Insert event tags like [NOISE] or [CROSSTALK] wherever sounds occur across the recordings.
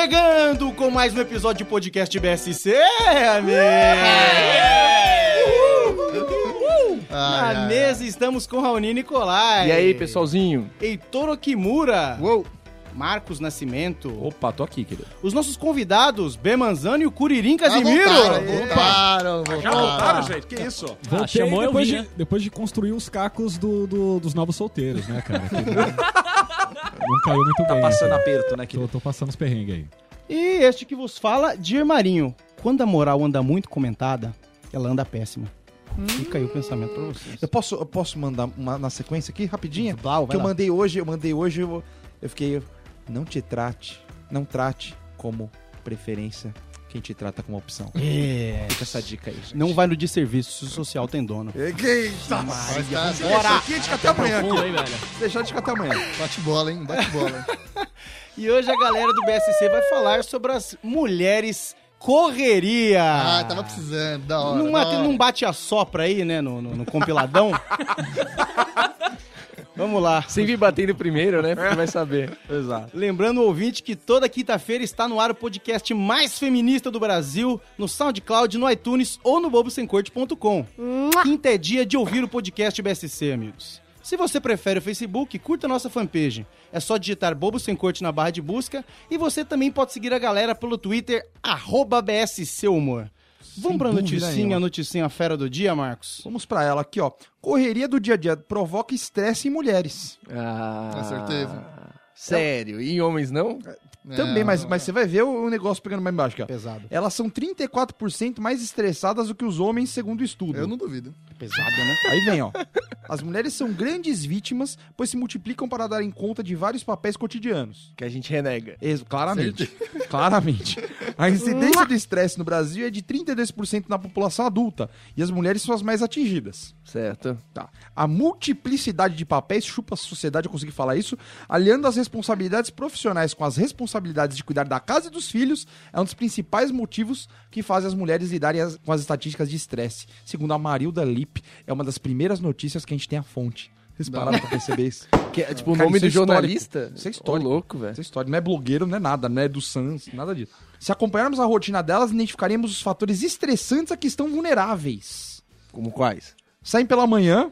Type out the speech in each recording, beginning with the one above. Voltando com mais um episódio de podcast BSC, amigo! Uhul! Ai, Na ai, mesa estamos com Raoni Nicolai. E aí, pessoalzinho? Heitor Okimura. Uou. Marcos Nascimento. Opa, tô aqui, querido. Os nossos convidados, Bemanzano e o Curirim Casimiro. voltaram, voltaram, Já voltaram. voltaram, gente? Que isso? Voltei Ah, chamou, eu depois, vim, né? de, depois de construir os cacos do, do- dos novos solteiros, né, cara? Que não, não caiu muito Tá bem. passando cara. aperto, né? Tô, tô passando os perrengues aí. E este que vos fala, Dir Marinho. Quando a moral anda muito comentada, ela anda péssima. Fica aí o pensamento pra vocês. Eu posso, eu posso mandar uma na sequência aqui, rapidinha? Blau, que eu mandei hoje, eu mandei hoje, eu, eu fiquei. Não te trate, não trate como preferência quem te trata como opção. É. Fica essa dica aí. Gente. Não vai no de serviço, se o social tem dono. É Eita, Mas tá, Bora! Aqui de até amanhã. Fundo, hein, velho? deixar de até amanhã. Bate bola, hein? Bate bola. [LAUGHS] E hoje a galera do BSC vai falar sobre as mulheres correria. Ah, tava precisando, da hora. Numa- da hora. Não bate a sopra aí, né, no, no- no [LAUGHS] compiladão? Vamos lá. Sem vir batendo primeiro, né? Porque vai [LAUGHS] saber. Exato. Lembrando o ouvinte que toda quinta-feira está no ar o podcast mais feminista do Brasil, no SoundCloud, no iTunes ou no bobosemcorte.com. Quinta é dia de ouvir o podcast BSC, amigos. Se você prefere o Facebook, curta a nossa fanpage. É só digitar Bobo Sem Corte na barra de busca e você também pode seguir a galera pelo Twitter, arroba BSC Humor. Vamos pra dúvida noticinha, nenhuma. noticinha fera do dia, Marcos? Vamos pra ela aqui, ó. Correria do dia a dia provoca estresse em mulheres. Ah, Com certeza. Sério? E em homens não? É, Também, mas, não, mas você vai ver o o negócio pegando mais embaixo, cara. Pesado. Elas são 34% mais estressadas do que os homens, segundo o estudo. Eu não duvido. Pesado, né? [LAUGHS] Aí vem, ó. As mulheres são grandes vítimas, pois se multiplicam para darem conta de vários papéis cotidianos. Que a gente renega. Ex- claramente. Claramente. A incidência do estresse no Brasil é de 32% na população adulta, e as mulheres são as mais atingidas. Certo. Tá. A multiplicidade de papéis chupa a sociedade, eu consegui falar isso, aliando as responsabilidades profissionais com as responsabilidades de cuidar da casa e dos filhos, é um dos principais motivos que faz as mulheres lidarem as- com as estatísticas de estresse. Segundo a Marilda Lipp, é uma das primeiras notícias que a gente tem a fonte. Vocês Da pararam pra perceber isso? [LAUGHS] Que é, tipo, o Cara, nome isso é do histórico. jornalista? Isso é histórico. Ô, louco, velho. Essa história não é blogueiro, não é nada, não é do Sans, nada disso. Se acompanharmos a rotina delas, identificaremos os fatores estressantes a que estão vulneráveis. Como quais? Saem pela manhã,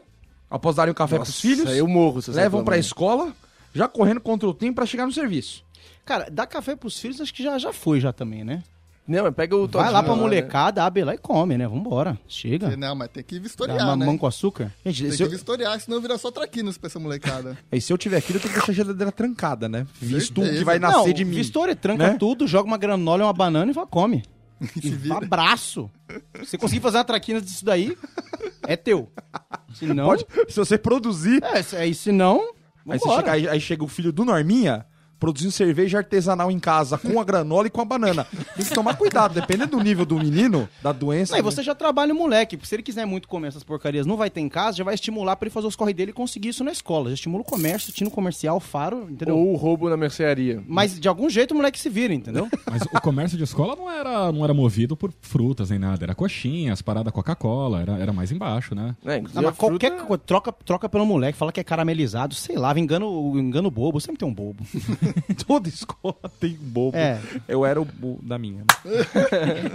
após darem o café pros Nossa, filhos. Eu morro, se eu sair levam pela pra manhã. escola, já correndo contra o tempo pra chegar no serviço. Cara, dar café pros filhos acho que já, já foi já também, né? Não, mas pega o Vai todinho lá pra né? molecada, abre lá e come, né? Vambora. Chega. Não, mas tem que Dá vistoriar, uma né? mão com açúcar. Gente, Tem se que eu, vistoriar, senão vira só traquinos pra essa molecada. [LAUGHS] aí se eu tiver filho, eu tenho que deixar a geladeira trancada, né? Visto o Certeza. que vai nascer de mim. Vistoria, tranca né? tudo, joga uma granola e uma banana e vai, [LAUGHS] come. Se Um vira. abraço. Se você conseguir fazer uma traquina disso daí, é teu. Se não... Pode, se você produzir, É, se- aí se não, aí, você chega, vambora. aí, aí chega o filho do Norminha produzindo cerveja artesanal em casa, com a granola e com a banana. Tem que tomar cuidado, dependendo do nível do menino, da doença. né? Não, Né? e você já trabalha o moleque, porque se ele quiser muito comer essas porcarias, não vai ter em casa, já vai estimular pra ele fazer os corre dele e conseguir isso na escola. Já estimula o comércio, tino comercial, faro, entendeu? Ou o roubo na mercearia. Mas de algum jeito o moleque se vira, [LAUGHS] entendeu? Mas o comércio de escola não era, não era movido por frutas nem nada. Era coxinhas, parada Coca-Cola, era, era mais embaixo, né? Né? Não, Inclusive, Ah, mas a fruta- qualquer coisa, troca, troca pelo moleque, fala que é caramelizado, sei lá, engana o engana o bobo, sempre tem um bobo. [LAUGHS] Toda escola tem um bobo. É. Eu era o bo- da minha. né?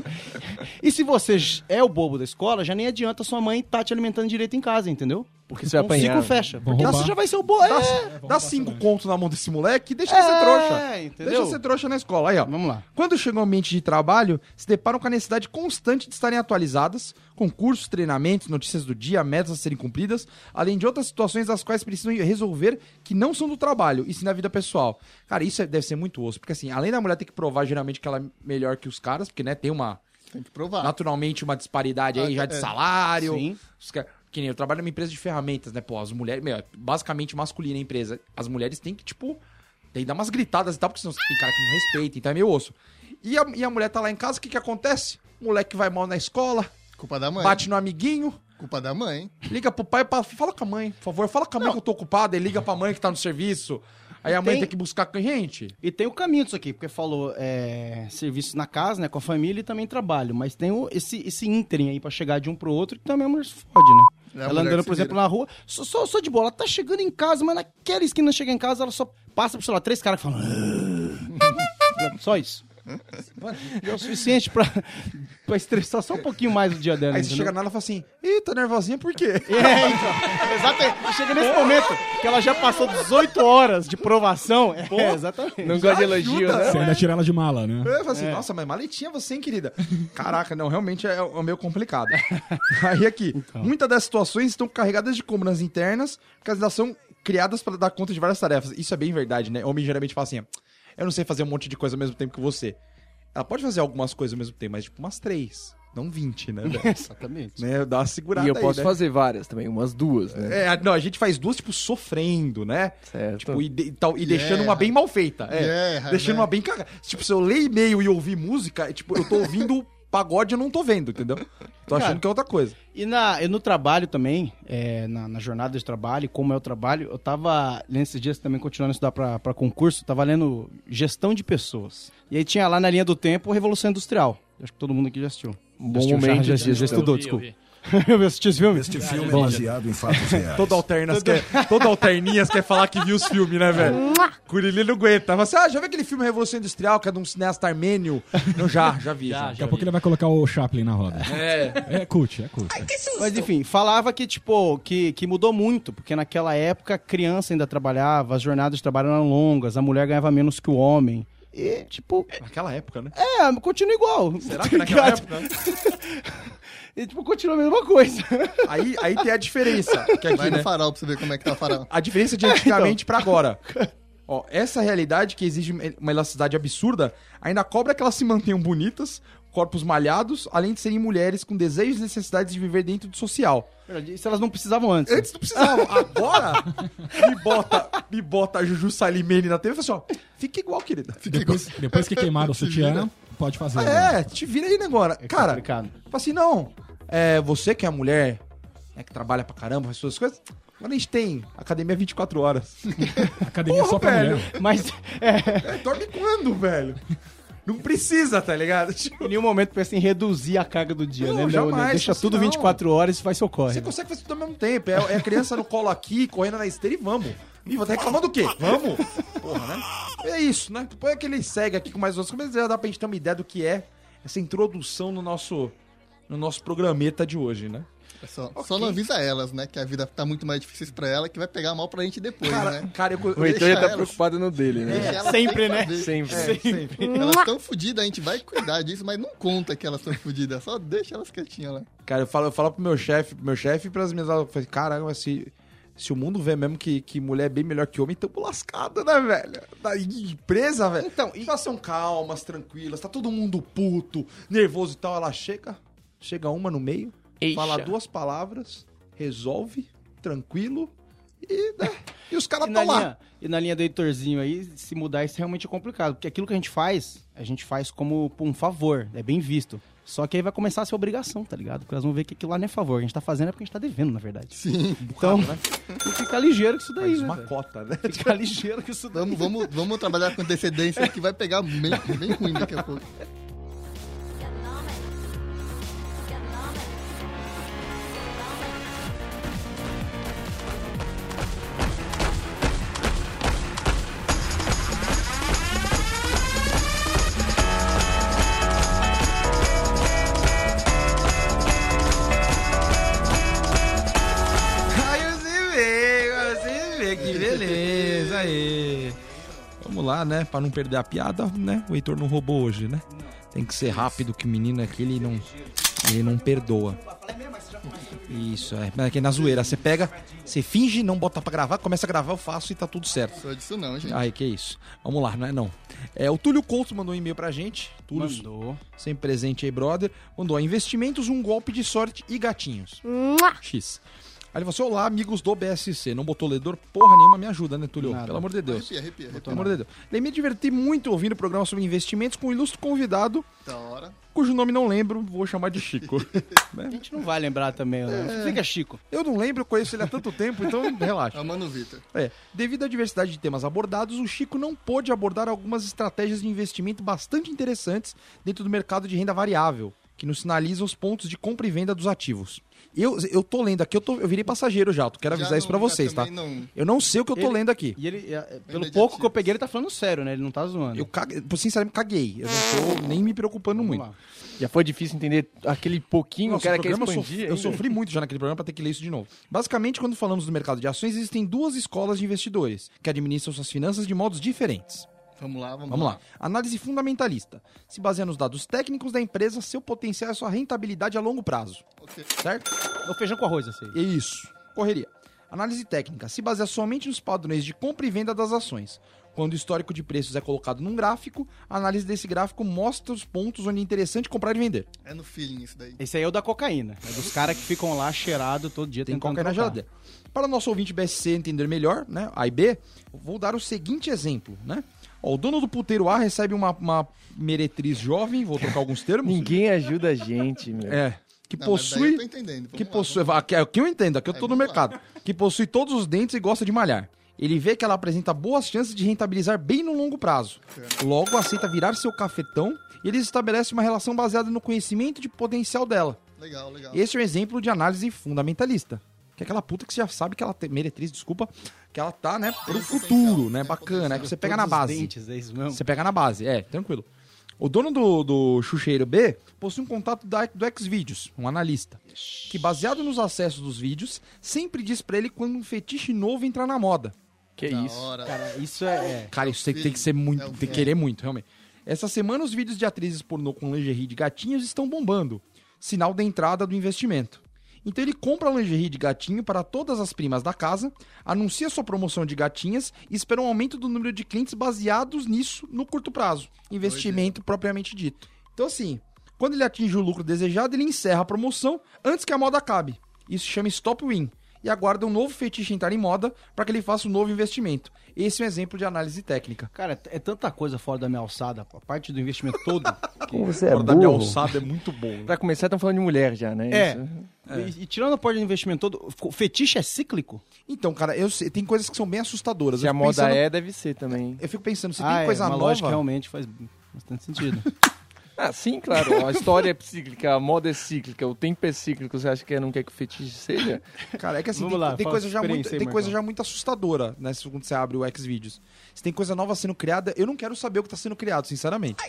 [LAUGHS] E se você j- é o bobo da escola, já nem adianta sua mãe tá te alimentando direito em casa, entendeu? Então, Porque você vai o apanhar. ciclo fecha. Vão Porque roubar. você já vai ser o bobo. Dá, É, dá cinco contos na mão desse moleque e deixa é, ele ser trouxa. Entendeu? Deixa ele ser trouxa na escola. Aí, ó. Vamos lá. Quando chegam ao ambiente de trabalho, se deparam com a necessidade constante de estarem atualizadas, concursos, treinamentos, notícias do dia, metas a serem cumpridas, além de outras situações das quais precisam resolver que não são do trabalho, e sim da vida pessoal. Cara, isso é- deve ser muito osso, porque assim, além da mulher ter que provar geralmente que ela é melhor que os caras, porque né, tem uma Tem que provar. naturalmente uma disparidade aí Ah, já de é. salário. Sim. Os car- Que nem eu trabalho numa empresa de ferramentas, né? Pô, as mulheres. Meu, é basicamente masculina a empresa. As mulheres têm que, tipo. Tem que dar umas gritadas e tal, porque senão tem cara que não respeita, então é meio osso. E a, e a mulher tá lá em casa, o que que acontece? O moleque vai mal na escola, Culpa da mãe. bate no amiguinho, Culpa da mãe. liga pro pai e fala, fala com a mãe, por favor, fala com a mãe que eu tô ocupado, ele liga pra mãe que tá no serviço. Aí a mãe Tem- tem, que buscar com a gente. E tem o caminho disso aqui, porque falou é, serviço na casa, né, com a família e também trabalho. Mas tem o- esse, esse ínterim aí pra chegar de um pro outro que também a mulher se fode, né? É a ela mulher andando, que por se exemplo, na rua, só, só, só de bola, ela tá chegando em casa, mas naquela esquina chega em casa, ela só passa por, sei lá, três caras que falam. "Ah". só isso. Já é o suficiente pra, pra estressar só um pouquinho mais o dia dela. Aí você entendeu? chega nela e fala assim, ih, tá nervosinha por quê? É, então. Exatamente. Chega nesse momento que ela já passou 18 horas de provação. É, exatamente. Não gosta de elogio, ajuda, né? Você ainda tira ela de mala, né? Eu falo assim, nossa, mas maletinha você, hein, querida? Caraca, não, realmente é, é meio [LAUGHS] complicado. Aí aqui, Então. Então. muitas das situações estão carregadas de comunas internas, porque elas são criadas para dar conta de várias tarefas. Isso é bem verdade, né? Homem geralmente fala assim, eu não sei fazer um monte de coisa ao mesmo tempo que você. Ela pode fazer algumas coisas ao mesmo tempo, mas tipo umas três, não vinte, né? velho? [LAUGHS] Exatamente. né? Dá uma segurada E eu aí, posso né? fazer várias também, umas duas, né? É, não, a gente faz duas, tipo, sofrendo, né? Certo. Tipo, e, de- e tal, e deixando erra. uma bem mal feita. É. erra, deixando né? uma bem cagada. Tipo, se eu ler e-mail e ouvir música, é, tipo, eu tô ouvindo pagode e eu não tô vendo, entendeu? Tô achando Cara. que é outra coisa. E, na, e no trabalho também, é, na, na jornada de trabalho, como é o trabalho, eu tava, nesses dias também continuando a estudar pra, pra concurso, tava lendo gestão de pessoas. E aí tinha lá na linha do tempo Revolução Industrial. Acho que todo mundo aqui já assistiu. Um Já bom assistiu, já, momento. já, já, já estudou, desculpa. [LAUGHS] Eu vi assistir esse filme? Este filme é baseado em [LAUGHS] fatos reais. Todo alternas quer, todo alterninhas quer falar que viu os filmes, né, velho? Curili não aguenta. Fala assim, ah, já viu aquele filme Revolução Industrial, que é de um cineasta armênio? Tipo, Não, [LAUGHS] já, já vi. já. Daqui a pouco ele vai colocar o Chaplin na roda. É. É cult, é cult. Mas enfim, falava que, tipo, que, que mudou muito, porque naquela época a criança ainda trabalhava, as jornadas de trabalho eram longas, a mulher ganhava menos que o homem. E, tipo, Naquela época, né? é, continua igual. [LAUGHS] Será que naquela Tá ligado? época? né? E, tipo, continua a mesma coisa. Aí, aí tem a [LAUGHS] é diferença. Que aqui, Vai no né? farol pra você ver como é que tá o farol. A diferença [LAUGHS] de antigamente pra [LAUGHS] agora. Ó, essa realidade que exige uma elasticidade absurda ainda cobra que elas se mantenham bonitas, corpos malhados, além de serem mulheres com desejos e necessidades de viver dentro do social. Isso elas não precisavam antes. né? Antes não precisavam, agora me bota, me bota a Juju Salimene na TV e fala assim, ó, fica igual, querida. Depois, depois que queimaram o sutiã, pode fazer. né? É, te vira aí né, agora. É Cara, fala complicado. assim, não, é, você que é mulher, né, que trabalha pra caramba, faz suas coisas, agora a gente tem academia 24 horas. [LAUGHS] Academia só pra velho. mulher. Mas é, É, dorme quando, velho? Não precisa, tá ligado? [LAUGHS] Tipo, em nenhum momento pensa em reduzir a carga do dia, Não, né? Não, jamais, né? Deixa isso tudo não. 24 horas e vai se ocorre. você tá consegue fazer tudo ao mesmo tempo. É, é a criança no colo aqui, correndo na esteira e vamos. Ih, vou tá reclamando do quê? Vamos! Porra, né? É isso, né? Põe aquele segue aqui com mais outras coisas, já dá pra gente ter uma ideia do que é essa introdução no nosso, no nosso programeta de hoje, né? Só, só não avisa elas, né? Que a vida tá muito mais difícil pra ela, que vai pegar mal pra gente depois, Cara, né? cara eu, O eu, É, Heitor já Deixa tá elas. preocupado no dele, né? Deixa elas sempre, sem né? saber. É, Sempre. Elas estão fodidas, a gente vai cuidar disso, mas não conta que elas estão fodidas, só deixa elas quietinhas lá. Cara, eu falo, eu falo pro meu chefe, pro meu chefe e pras minhas aulas, eu falei, caramba, se, se o mundo vê mesmo que, que mulher é bem melhor que homem, tamo lascado, né, velho? Da empresa, velho. Então, elas são calmas, tranquilas, tá todo mundo puto, nervoso e tal. Ela chega, chega uma no meio, fala duas palavras, resolve, tranquilo, e, né, e os caras E na, tão lá. linha, e na linha do Heitorzinho aí, se mudar isso realmente é complicado. Porque aquilo que a gente faz, a gente faz como por um favor, é bem visto. Só que aí vai começar a ser obrigação, tá ligado? Porque elas vão ver que aquilo lá não é favor. O que a gente tá fazendo é porque a gente tá devendo, na verdade. Sim. Então, né? [LAUGHS] tem que ficar ligeiro com isso daí, Faz né? uma velho? cota, né? Tem que Ficar ligeiro com isso daí. É. Vamos, vamos, vamos trabalhar com antecedência que vai pegar bem, bem ruim daqui a pouco. Aí você vê, você vê, que beleza aí. Vamos lá, né? Pra não perder a piada, né? O Heitor não roubou hoje, né? Tem que ser rápido que o menino aqui, ele não, ele não perdoa. Isso, é. Mas aqui é na zoeira, você pega, você finge, não bota pra gravar, começa a gravar, eu faço e tá tudo certo. Só disso não, gente. Ai, que isso. Vamos lá, não é não. É, o Túlio Couto mandou um e-mail pra gente. Túlio, Mandou. sempre presente aí, brother. Mandou ó, investimentos, um golpe de sorte e gatinhos. X. Aí ele falou assim, olá, amigos do BSC. Não botou ledor porra nenhuma, me ajuda, né, Tulio? Nada. Pelo amor de Deus. Arrepia, arrepia, arrepia. Pelo amor de Deus. Daí me diverti muito ouvindo o programa sobre investimentos com um ilustre convidado, Da hora. cujo nome não lembro, vou chamar de [LAUGHS] Chico. Né? A gente não vai lembrar também, né? Fica Chico. Eu não lembro, eu conheço ele há tanto [LAUGHS] tempo, então relaxa. É o Mano Vitor. É, devido à diversidade de temas abordados, o Chico não pôde abordar algumas estratégias de investimento bastante interessantes dentro do mercado de renda variável, que que nos sinaliza os pontos de compra e venda dos ativos. Eu, eu tô lendo aqui, eu, tô, eu virei passageiro já, tu quero Já avisar isso não- pra já vocês, tá? também não- Eu não sei o que eu tô Ele- lendo aqui. E ele, é, é, pelo de pouco que eu ativos. peguei, ele tá falando sério, né? Ele não tá zoando. Eu, cague- sinceramente, caguei. Eu não tô nem me preocupando Vamos muito. lá. Já foi difícil entender aquele pouquinho, Nossa, o cara o quer programa eu, expandir. sof- eu sofri muito já naquele programa para ter que ler isso de novo. Basicamente, quando falamos do mercado de ações, existem duas escolas de investidores que administram suas finanças de modos diferentes. Vamos lá, vamos, Vamos lá. Análise fundamentalista. Se baseia nos dados técnicos da empresa, seu potencial e sua rentabilidade a longo prazo. Ok. Certo? É o feijão com arroz, assim. É isso. Correria. Análise técnica. Se baseia somente nos padrões de compra e venda das ações. Quando o histórico de preços é colocado num gráfico, a análise desse gráfico mostra os pontos onde é interessante comprar e vender. É no feeling isso Né? daí. Esse aí é o da cocaína. É dos caras que ficam lá cheirado todo dia tem tentando qualquer na trocar. geladeira. Para o nosso ouvinte BSC entender melhor, né, A e B, vou dar o seguinte exemplo, né? Ó, o dono do puteiro A recebe uma, uma meretriz jovem, vou trocar alguns termos. Ninguém ajuda a gente, meu. É, que Não, mas daí possui... eu tô entendendo. Vamos Que lá, possui... Aqui, aqui eu entendo, aqui eu Aí tô no vamos lá. mercado. Que possui todos os dentes e gosta de malhar. Ele vê que ela apresenta boas chances de rentabilizar bem no longo prazo. Logo, aceita virar seu cafetão e eles estabelecem uma relação baseada no conhecimento de potencial dela. vamos lá. Legal, legal. Esse é um exemplo de análise fundamentalista. Que é aquela puta que você já sabe que ela tem, meretriz, desculpa, que ela tá, né, pro Tem futuro, potencial, né, tem bacana, é que potencial. você pega Todos na os base. dentes, é isso mesmo? Você pega na base, é, tranquilo. O dono do, do Xuxeiro B possui um contato da, do Xvideos, um analista, que baseado nos acessos dos vídeos, sempre diz pra ele quando um fetiche novo entrar na moda. Que Da isso. hora. Cara, isso é... é. Cara, isso tem, tem que ser muito, tem que querer muito, realmente. Essa semana os vídeos de atrizes pornô com lingerie de gatinhos estão bombando, sinal da entrada do investimento. Então ele compra lingerie de gatinho para todas as primas da casa, anuncia sua promoção de gatinhas e espera um aumento do número de clientes baseados nisso no curto prazo. Investimento propriamente dito. Então assim, quando ele atinge o lucro desejado, ele encerra a promoção antes que a moda acabe. Isso chama stop win e aguarda um novo fetiche entrar em moda para que ele faça um novo investimento. Esse é um exemplo de análise técnica. Cara, é tanta coisa fora da minha alçada. A parte do investimento todo. [LAUGHS] Como você é minha burro. alçada é muito bom. Pra começar, estão falando de mulher já, né? É. Isso. né? E, e tirando a parte do investimento todo, f- fetiche é cíclico? Então, cara, eu sei, tem coisas que são bem assustadoras. Se eu a fico moda pensando- é, deve ser também. Eu fico pensando, se Ah, tem é, coisa uma nova... lógica realmente faz bastante sentido. [LAUGHS] Ah, sim, claro. A história é cíclica, a moda é cíclica, o tempo é [LAUGHS] cíclico. Você acho que não quer que o fetiche seja? [LAUGHS] Cara, é que assim, Vamos tem, lá, tem fala coisa sua já muito, experiência aí, tem coisa Marcão. já muito assustadora, né? se- Quando você abre o Xvideos. Se tem coisa nova sendo criada, eu não quero saber o que tá sendo criado, sinceramente.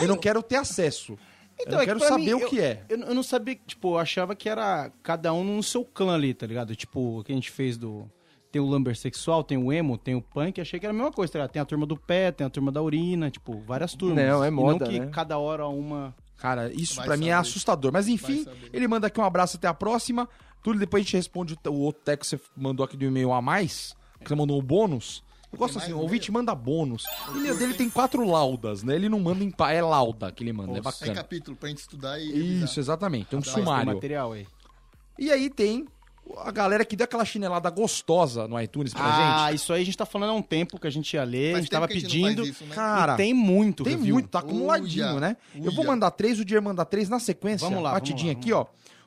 Eu não quero ter acesso. eu não é que quero pra saber mim, o eu- que é. Eu, eu não sabia, tipo, eu achava que era cada um no seu clã ali, tá ligado? Tipo, o que a gente fez do. Tem o Lumber sexual, tem o emo, tem o punk, achei que era a mesma coisa, tá ligado? Tem a turma do pé, tem a turma da urina, tipo, várias turmas. Não, é E moda, Não que né? cada hora uma. Cara, isso Vai pra mim é saber. assustador. Mas enfim, saber. ele manda aqui um abraço até a próxima. Túlio, depois a gente responde o, o outro teco que você mandou aqui do e-mail a mais, que você mandou o bônus. Eu gosto mais assim, o e-mail? ouvinte manda bônus. Ele, dele tem quatro laudas, né? Ele não manda em pá, é lauda que ele manda, é É bacana. capítulo né? Tá, pra gente estudar e revisar. Isso, exatamente. Tem um Mas tem sumário. material aí. E aí tem a galera que deu aquela chinelada gostosa no iTunes pra Ah, isso aí a gente tá falando há um tempo que a gente ia ler, Faz a gente tempo tava que a gente não faz pedindo. isso, né? gente. Cara, e tem muito, Tem review. muito, tá acumuladinho, Uia, né? Eu vou uia. mandar três, o Dier manda três na sequência. Vamos lá, vamos Batidinha lá, aqui, ó.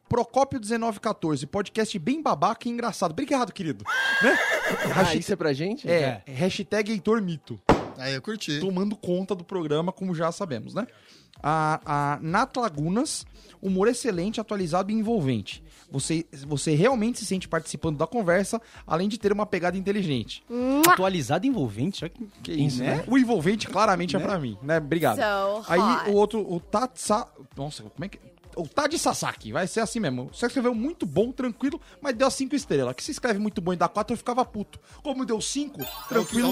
Procópio 1914, podcast bem babaca e engraçado. Obrigado, querido. né? Ah, isso é pra gente? É, hashtag Heitor Mito. Aí eu curti. Tomando conta do programa, como já sabemos, né? A, a Nat Lagunas, humor excelente, atualizado e envolvente. Você, você realmente se sente participando da conversa, além de ter uma pegada inteligente. Atualizado e envolvente, olha que, que isso, né? O envolvente claramente é pra mim, né? Obrigado. So Aí hot. o outro, o Tatsa. Nossa, como é que. O Tadi Sasaki, vai ser assim mesmo. Você escreveu muito bom, tranquilo, mas deu cinco estrelas. Que se escreve muito bom e dá quatro, eu ficava puto. Como deu cinco, tranquilo,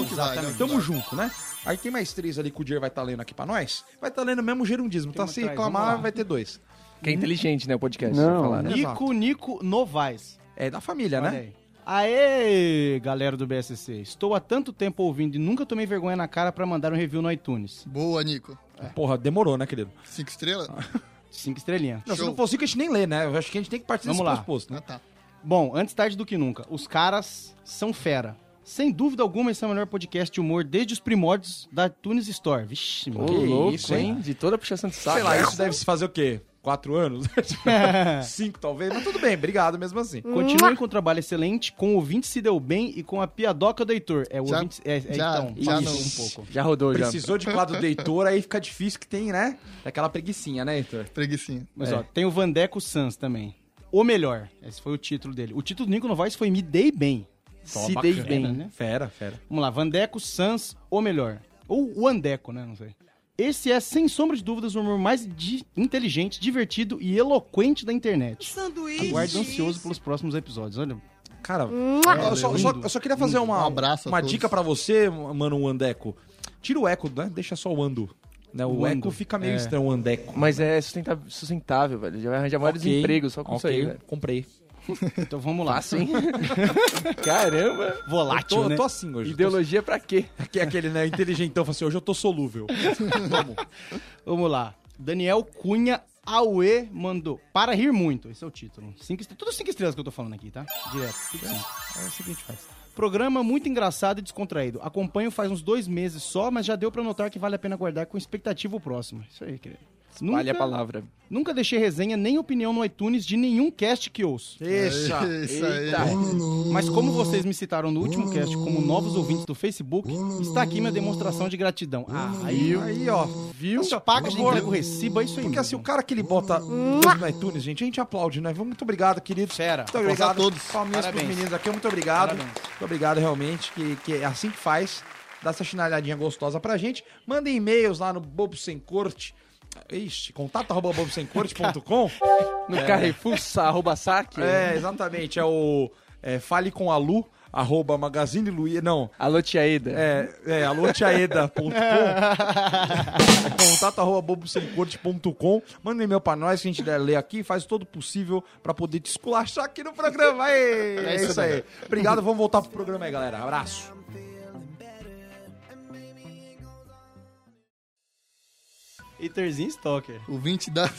é o que vai, exatamente. é o que Tamo junto, né? Aí tem mais três ali que o Dier vai estar lendo aqui pra nós. Vai estar lendo mesmo gerundismo, tá? mais Se três, vamos reclamar, lá. vai ter dois. Hum? Que é inteligente, né? O podcast. Não, falar, né? Nico Nico Novaes. É da família, Olha né? aí. Aê, galera do BSC. Estou há tanto tempo ouvindo e nunca tomei vergonha na cara pra mandar um review no iTunes. Boa, Nico. Porra, demorou, né, querido? Cinco estrelas? Ah, Cinco estrelinhas. Não, se Show. não fosse que a gente nem lê, né? Eu acho que a gente tem que partir Vamos desse lá. pressuposto, né? Ah, tá. Bom, antes tarde do que nunca. Os caras são fera. Sem dúvida alguma, esse é o melhor podcast de humor desde os primórdios da iTunes Store. Vixe, Ô, mano. Que louco, isso, hein? hein? De toda a puxação de saco. Sei lá, isso deve se fazer o quê? é [LAUGHS] quatro anos, cinco talvez, mas tudo bem, obrigado mesmo assim. Continuem com o trabalho excelente, com o ouvinte se deu bem e com a piadoca do Heitor. É o Já- ouvinte... É, é, já- então, já isso, não. um pouco. Já rodou, já. Precisou de quadro do Heitor, aí fica difícil que tem, né? Aquela preguicinha, né, Heitor? Preguicinha. Mas ó, tem o Vandeco Sans também. O melhor. Esse foi o título dele. O título do Nico Novaes foi Me Dei Bem. É, Se dei bem, né? Fera, [LAUGHS] fera. Vamos lá, Vandeco, Sans, o melhor. Ou o Andeco, né? Não sei. Esse é, sem sombra de dúvidas, o humor mais di- inteligente, divertido e eloquente da internet. Sanduíche. Aguardo ansioso pelos próximos episódios. Olha, Cara, eu, só, eu só- eu só queria fazer uma, Um abraço a uma todos. dica pra você, mano, o Andeco. Tira o eco, né? Deixa só o Ando. Né? O, O Ando. É. eco fica meio estranho, o Andeco. Mas é sustentável, sustentável, velho. Já vai arranjar maiores Ok, empregos só com ok, isso aí, velho. comprei. [LAUGHS] então vamos lá. Assim, Caramba! volátil, eu tô, né? eu tô assim hoje. eu tô Ideologia pra quê? Que é aquele, né, inteligentão, fala assim, hoje eu tô solúvel. Vamos lá. Daniel Cunha Aue mandou. Para rir muito. Esse é o título. Cinco estrelas. Tudo cinco estrelas que eu tô falando aqui, tá? Direto. Tudo cinco. É o seguinte, faz. Programa muito engraçado e descontraído. Acompanho faz uns dois meses só, mas já deu pra notar que vale a pena guardar com expectativa o próximo. Isso aí, querido. [LAUGHS] Vale a Nunca, palavra. nunca deixei resenha nem opinião no iTunes de nenhum cast que ouço. Deixa. É Isso aí. Mas como vocês me citaram no último cast como novos ouvintes do Facebook, está aqui minha demonstração de gratidão. Ah, aí assim. Aí, ó. viu? Paga de Por favor. emprego, reciba é isso aí. Porque mesmo. assim, o cara que ele bota coisa no iTunes, gente, a gente aplaude, né? Muito obrigado, querido. Fera. Muito obrigado. a todos. Palminhas pros Parabéns. meninos aqui, muito obrigado. Parabéns. Muito obrigado, realmente, que, que é assim que faz. Dá essa chinalhadinha gostosa pra gente. Mandem e-mails lá no Bobo Sem Corte. Ixi, contato arroba [LAUGHS] bobosemcorte.com. No Carrefour, sa- arroba saque. né? né? é, exatamente. É o é, fale com a Lu, arroba Magazine Luiza. Não, Alô, tia Eda. é, é alotiaeda.com [LAUGHS] contato arroba bobosemcorte.com manda um e-mail pra nós que a gente der- lê aqui faz todo o possível pra poder te esculachar aqui no programa Aê, é isso aí obrigado, vamos voltar pro programa aí galera, abraço Haterzinho Stalker. O 20 da.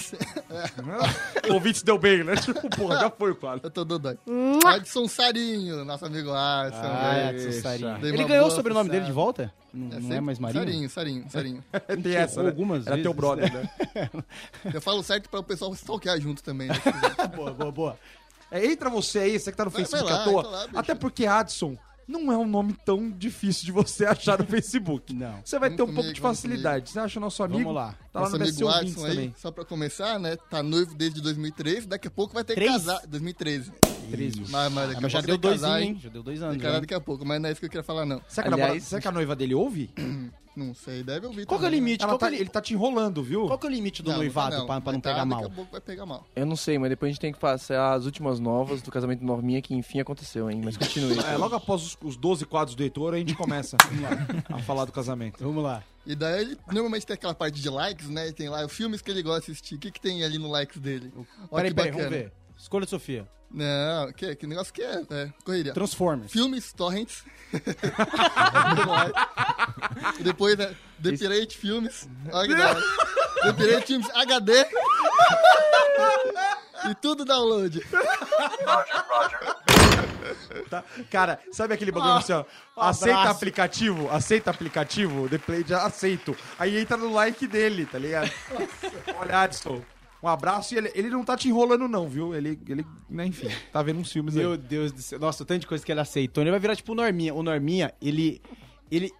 [LAUGHS] o ouvinte deu bem, né? [LAUGHS] Tipo, porra, já foi quase Eu tô dodói. Adson Sarinho, nosso amigo Adson. Ah, velho. Edson Sarinho. Dei Ele uma ganhou o boa sobrenome dele de fuçada. volta? Não não é, sempre- mais Marinho? Sarinho, [LAUGHS] Sarinho, Sarinho. tem essa, né? Algumas era vezes, teu brother, né? Eu falo certo pra o pessoal stalkear junto também. [LAUGHS] né? boa, boa, boa. É, entra você aí, você que tá no Vai- vai Facebook lá, à toa entra lá, bicho. até porque Adson não é um nome tão difícil de você [LAUGHS] achar no Facebook Não. você vai ter um Vamos pouco comigo, de vamos facilidade você acha nosso amigo? Vamos lá. tá lá Nosso no BSC amigo Ouvintes Adson aí, também só pra começar, né? Tá noivo desde 2013, daqui a pouco vai ter que Três? casar. 2013. Mas, mas daqui Ah, a mas pouco vai já deu ter que dois casar, anos, hein? hein? Já deu dois anos. Tem que casar né? daqui a pouco, mas não é isso que eu queria falar, não. Será que, a Aliás- namorada- será que a noiva dele ouve? Não sei, deve ouvir. Qual que é o também, né? limite? Ela Qual, tá- que é o ele li- tá te enrolando, viu? tá, qual que é o limite do noivado pra, pra não Coitado, pegar mal? Daqui a pouco vai pegar mal. Eu não sei, mas depois a gente tem que passar as últimas novas do casamento do Norminha, que enfim aconteceu, hein? Mas continue. É, logo após os, os 12 quadros do Heitor, a gente [LAUGHS] começa a falar do casamento. Vamos lá. E daí ele normalmente tem aquela parte de likes, né? Tem lá filmes que ele gosta de assistir. O que, que tem ali no likes dele? Olha Peraí, que peraí, vamos bacana. ver. Escolha, Sofia. Não, que, que negócio que é? é correria. Transformers. Filmes, [LAUGHS] torrents. [LAUGHS] Depois, né? The Pirate Filmes. Olha que da [LAUGHS] hora. The Pirate Filmes HD. e tudo download. Tá? Cara, sabe aquele bagulho assim, ó? Aceita abraço. aplicativo? Aceita aplicativo? The Play já aceito. Aí entra no like dele, tá ligado? Olha, Adson. Um abraço e ele, ele não tá te enrolando, não, viu? Ele, ele né, enfim, tá vendo uns filmes Meu aí. Deus do céu. Nossa, o tanto de coisa que ele aceitou. Ele vai virar tipo o Norminha. O Norminha, ele, ele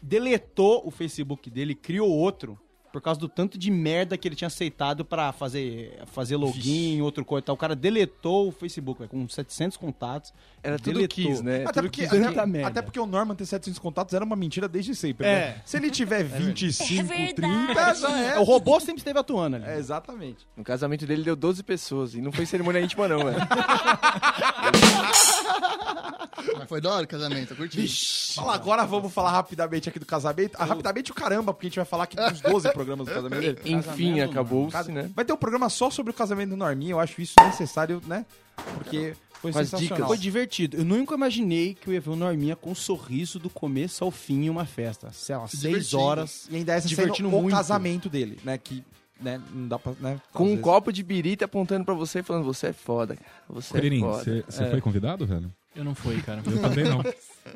deletou o Facebook dele, criou outro, por causa do tanto de merda que ele tinha aceitado pra fazer, fazer login, outro coisa e tal. O cara deletou o Facebook, velho, com 700 contatos. É Era tudo Deletou. quis, né? Até Tudo que- porque, até, Puta merda. até porque o Norman ter 700 contatos era uma mentira desde sempre, É. né? Se ele tiver 25, 30, já é. O robô sempre esteve Tá atuando ali. né? É, exatamente. No casamento dele deu 12 pessoas, e não foi cerimônia íntima, não, velho. [LAUGHS] Mas foi da hora o casamento, eu curti. Fala, agora vamos falar rapidamente aqui do casamento. Ah, rapidamente o caramba, porque a gente vai falar aqui dos 12 programas do casamento dele. Enfim, acabou-se, Casa- né? Vai ter um programa só sobre o casamento do Norminha, eu acho isso necessário, né? Porque foi Com as sensacional. Foi divertido. Eu nunca imaginei que eu ia ver o Norminha com um sorriso do começo ao fim em uma festa. Sei lá, seis Divertido. horas. E ainda essa sendo divertindo o muito. casamento dele, né? Que né, não dá pra, né, Com às um vezes- copo de birita apontando pra você e falando, você é foda, cara. Você é Curirim, foda. você você foi convidado, velho? Eu não fui, cara. Eu também não.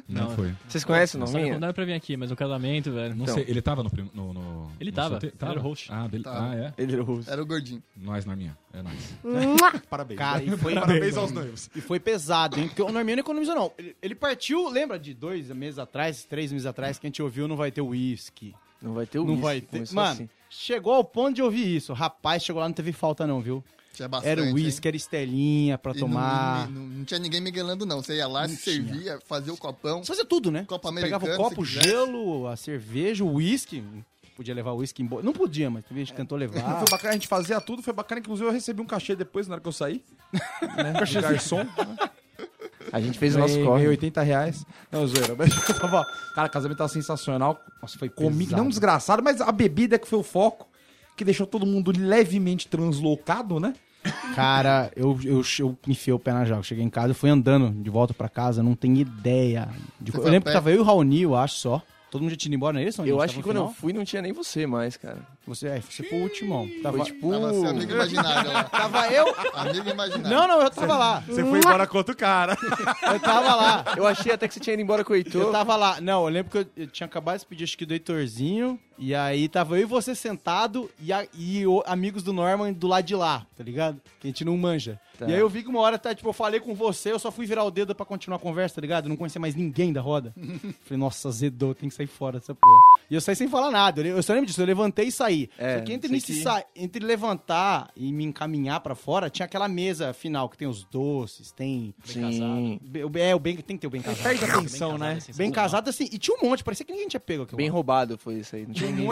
Não, Não. foi. Vocês conhecem o Não me Norminha? convidaram pra vir aqui, mas o casamento, velho. Não Então. sei, ele tava no... prim- no, no Ele no tava, sorteio? ele era host. Ah, dele- Tava. ah, é? Ele era o Era o gordinho. Hum. Nós, Norminha. É nós. [LAUGHS] Parabéns. Cara, e foi, Parabéns aos noivos. e foi pesado, hein? Porque o Norminha não economiza, não. Ele, ele partiu, lembra de dois meses atrás, três meses atrás, que a gente ouviu não vai ter uísque. Não vai ter o Não uísque, vai ter. começou Mano, assim. chegou ao ponto de ouvir isso. Rapaz, chegou lá, não teve falta, não, viu? Tinha bastante. Era hein? uísque, era estelinha pra E não- tomar. Não, não- não tinha ninguém miguelando, não. Você ia lá, se servia, fazia o copão. Você fazia tudo, né? Copa Você pegava o americana, copo, o se quisesse. gelo, a cerveja, o uísque. Podia levar o uísque embora. Não podia, mas a gente tentou levar. Foi bacana, a gente fazia tudo, foi bacana. Inclusive, eu recebi um cachê depois, na hora que eu saí. [LAUGHS] Né? De garçom. A gente fez o Ganhei- nosso ganhei corre. 80 reais. Não, zoeira. Mas [LAUGHS] eu tava... Cara, o casamento tava sensacional. Nossa, foi comigo. Não desgraçado, mas a bebida que foi o foco, que deixou todo mundo levemente translocado, né? Cara, eu, eu, eu enfiei o pé na jaca. Cheguei em casa, eu fui andando de volta pra casa, não tenho ideia. de Você co- eu foi a lembro que pé? tava eu e o Raoni, eu acho só. Todo mundo já tinha ido embora, não é isso? Eu acho que quando eu não. fui não tinha nem você mais, cara. Você, é, você foi o ultimão. Tava, Foi tipo. Tava seu [LAUGHS] amigo imaginário lá. uh, tava eu. Amigo imaginário. Não, não, eu tava lá. Você foi embora com outro cara. [LAUGHS] Eu tava lá. Eu achei até que você tinha ido embora com o Eu Heitor. tava lá. Não, eu lembro que eu, eu tinha acabado de pedir acho que do Heitorzinho. E aí tava eu e você sentado e, a- e o- amigos do Norman do lado de lá, tá ligado? Que a gente não manja. Tá. E aí eu vi que uma hora, tá, tipo, eu falei com você, eu só fui virar o dedo pra continuar a conversa, tá ligado? Eu não conhecia mais ninguém [LAUGHS] da roda. Falei, nossa, zedou, tem que sair fora dessa porra. E eu saí sem falar nada. Eu, eu só lembro disso, eu levantei e saí. É, só que entre, sei nisso e que- sa- entre levantar e me encaminhar pra fora, tinha aquela mesa final que tem os doces, tem. Sim. Be- o- É, o bem tem que ter o bem casado. Perde a atenção, né? assim, Bem sem casado, assim. E tinha um monte, parecia que ninguém tinha pego aquilo. Bem lá. um roubado foi isso aí. Não tinha ninguém.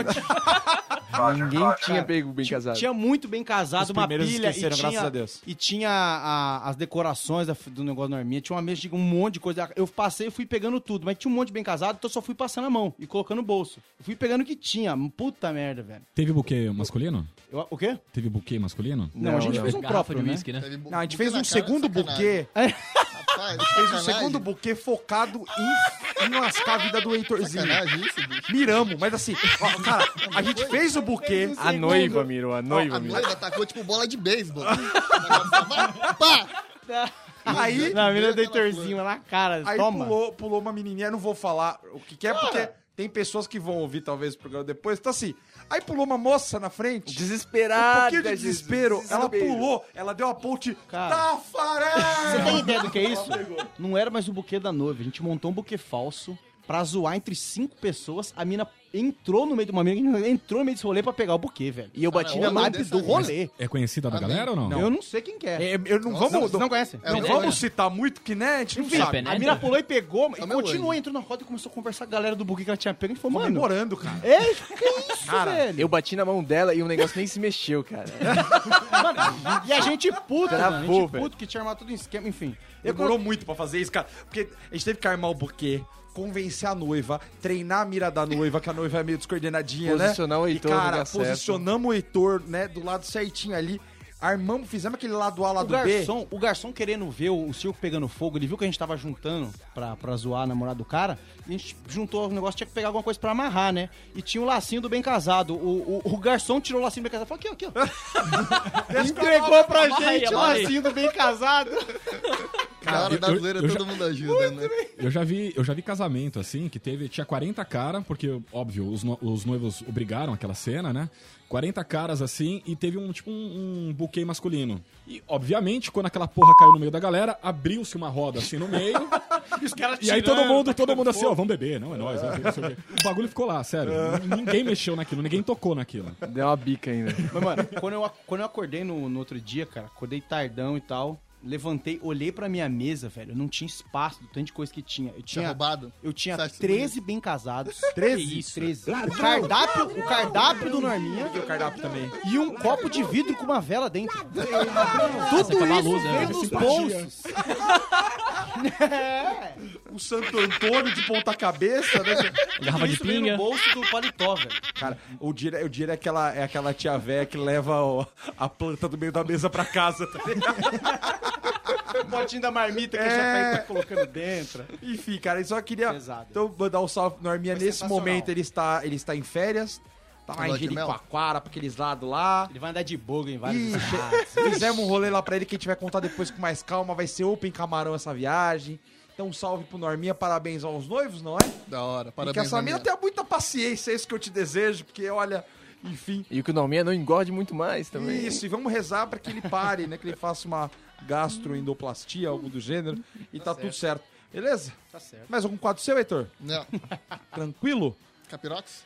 ninguém tinha pego bem casado. Tinha muito bem casado, Os uma primeiros pilha. E esqueceram, tinha, graças a Deus. E tinha a- as decorações da- do negócio da Norminha. Tinha uma mesa, tinha um monte de coisa. Eu passei e fui pegando tudo. Mas tinha um monte de bem casado, então eu só fui passando a mão e colocando no bolso. Eu fui pegando o que tinha. Puta merda, velho. Teve buquê masculino? Eu- o quê? Teve buquê masculino? Não, a gente fez um Garrafa próprio, de né? uísque, né? Teve bu- Não, a gente buquê fez na um cara, segundo sacanagem. buquê. [LAUGHS] Rapaz, Fez um sacanagem. segundo buquê focado em, em lascar a vida do Heitorzinho. Sacanagem isso, bicho. Miramos, mas assim, ó, cara, a gente fez o buquê. um A noiva, Miro, a noiva, A Miro. noiva atacou tipo bola de beisebol. [LAUGHS] Vai, Pá! Aí, Na Primeiro mina do aquela flor. Heitorzinho, lá, cara, aí toma. pulou, pulou uma menininha, eu não vou falar o que, que é, Ah. porque tem pessoas que vão ouvir talvez o programa depois. Então assim, aí pulou uma moça na frente. Um Desesperada. pouquinho de Jesus, desespero, ela desespero. pulou, ela deu a ponte. Cara. Você Tafarel! tem ideia do que é isso? Não era mais o buquê da noiva. A gente montou um buquê falso pra zoar entre cinco pessoas. A mina entrou no meio de uma mina, entrou no meio desse rolê pra pegar o buquê, velho. E eu Ah, bati Cara, na Na olha mão. lá. live do rolê. É conhecida da Amém. galera ou não? Eu não sei quem que é. É, eu não Nossa, vamos, Vocês não, não conhecem? É, não eu vamos conheço. citar muito, que né? A gente não tipo, Enfim, sabe. Tá a mina pulou e pegou, e o meu continuou, olho. entrou na roda e começou a conversar com a galera do buquê que ela tinha pego e falou, mano... Comemorando, cara. É, que isso, velho? Eu bati na mão dela e o negócio nem se mexeu, cara. Mano, e a gente puta, mano, a Travou, gente velho. puto que tinha armado tudo em esquema, enfim. Eu Demorou muito pra fazer isso, cara. Porque a gente teve que armar o buquê, convencer a noiva, treinar a mira da noiva, que a noiva é meio descoordenadinha, né? Posicionar o Heitor E, no cara, lugar certo. posicionamos o Heitor, né, do lado certinho ali. Armamos, fizemos aquele lado A, O lado B. garçom, o garçom querendo ver o, o circo pegando fogo, ele viu que a gente tava juntando pra, pra zoar a namorada do cara, e a gente juntou o negócio, tinha que pegar alguma coisa pra amarrar, né? E tinha o lacinho do bem casado. O, o, o garçom tirou o lacinho do bem casado. Falou, aqui, ó, aqui, [LAUGHS] ó. Entregou pra amarra aí, gente o amarra aí. lacinho do bem Ah. casado. Na hora da eu- zoeira eu já- é todo mundo ajuda, né? Eu já vi, eu já vi casamento assim, que teve, tinha 40 caras, porque óbvio, os, no- os noivos obrigaram aquela cena, né? 40 caras assim e teve um tipo um, um buquê masculino. E obviamente, quando aquela porra caiu no meio da galera, abriu-se uma roda assim no [LAUGHS] meio. Tá e aí todo mundo, todo mundo assim, ó, vamos beber, não é nós, né, não sei o quê. O bagulho ficou lá, [LAUGHS] sério. Ninguém mexeu naquilo, ninguém tocou naquilo. Deu uma bica ainda. [LAUGHS] Mas, mano, quando eu, ac- quando eu acordei no, no outro dia, cara, acordei tardão e tal, levantei, olhei pra minha mesa, velho, não tinha espaço do tanto de coisa que tinha. Tinha Eu tinha... roubado. Eu tinha Você acha que 13 bem [LAUGHS] casados. 13? Isso, 13. O cardápio, o cardápio do Norminha E o cardápio também. e um copo de vidro com uma vela dentro. tá Tudo acabar a isso luz, né? veio Vai nos ser bolsos. [LAUGHS] É. O Santo Antônio de ponta cabeça, [LAUGHS] né? Garrafa de Isso veio no pinga. bolso do paletó, velho. Cara, o Dira, o Dira é, aquela, é aquela tia véia que leva o- a planta do meio da mesa pra casa. Tá ligado? [LAUGHS] O potinho da marmita que É. a gente tá colocando dentro. Enfim, cara, eu só queria Pesado. então, mandar um salve pro Norminha. Foi Nesse sensacional. momento ele está, ele está em férias. Tá lá Lua em de mel? Jericoacoara, pra aqueles lados lá. Ele vai andar de boga em vários Ixi, estados. fizemos um rolê lá pra ele que a gente vai contar depois com mais calma. Vai ser open camarão essa viagem. Então, um salve pro Norminha, parabéns aos noivos, não é? Da hora, e que parabéns. essa mina Daniel. tenha muita paciência, é isso que eu te desejo, porque olha, enfim. E que o Norminha não engorde muito mais também. Isso, e vamos rezar pra que ele pare, né? Que ele faça uma gastroendoplastia, algo do gênero, e tá, tudo certo. Beleza? Tá certo. Mais algum quadro seu, Heitor? Não, Tranquilo? Capirox?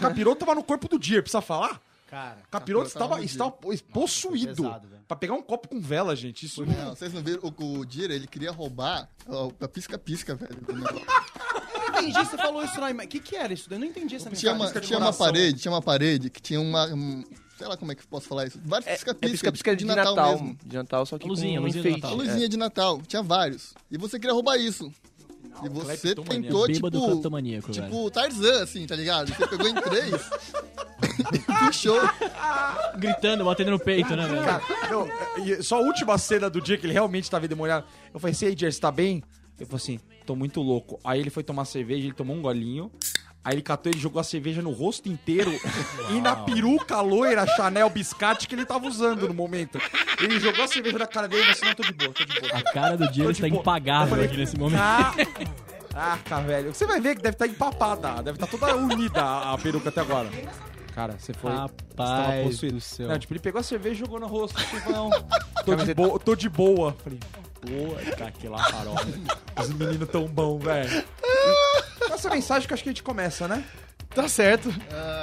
Capiroto tava no corpo do dia, precisa falar? Cara, Capiroto Capiroto estava, tava no estava po- possuído. pesado, velho. pra pegar um copo com vela, gente, isso não- Não, vocês não viram? O, o Dira, ele queria roubar ó, a pisca-pisca, velho. do negócio. [LAUGHS] eu não entendi, você falou isso na imagem. O que, que era isso? Eu não entendi essa Tinha uma, mensagem. tinha uma né? parede, tinha uma parede que tinha uma. hum, sei lá como é que eu posso falar isso. Vários É pisca-pisca. é pisca-pisca de, Natal, De Natal, só que Luzinha, com um luzinha de enfeite. Natal. É. A luzinha de Natal, tinha vários. E você queria roubar isso. E você tentou, tipo. Bêbado cleptomaníaco, velho. Tipo Tarzan, assim, tá ligado? Você pegou [LAUGHS] em três. Fechou. Gritando, batendo no peito, né, velho? Cara, não, e só a última cena do dia que ele realmente tava demorado. Eu falei, "Sei, Jair, você tá bem? Ele falou assim, tô muito louco. Aí ele foi tomar cerveja, ele tomou um golinho. Aí ele catou, ele jogou a cerveja no rosto inteiro [LAUGHS] e na peruca loira Chanel Biscate que ele tava usando no momento. Ele jogou a cerveja na cara dele e falou assim, não, tô de boa, tô de boa. tipo, A cara do dia Tô está de boa. impagável aqui nesse momento. Ah! Caraca, velho. Você vai ver que deve estar empapada. Deve estar toda unida a a peruca até agora. Cara, você foi. você tava Rapaz possuído. do céu. Não, tipo, ele pegou a cerveja e jogou no rosto. Tipo, [LAUGHS] não. Tô de, bo tô de boa. Falei, boa. Tá aqui lá, farol. [LAUGHS] Os meninos tão bom, velho. Com Essa mensagem que eu acho que a gente começa, né? Ah. Tá certo.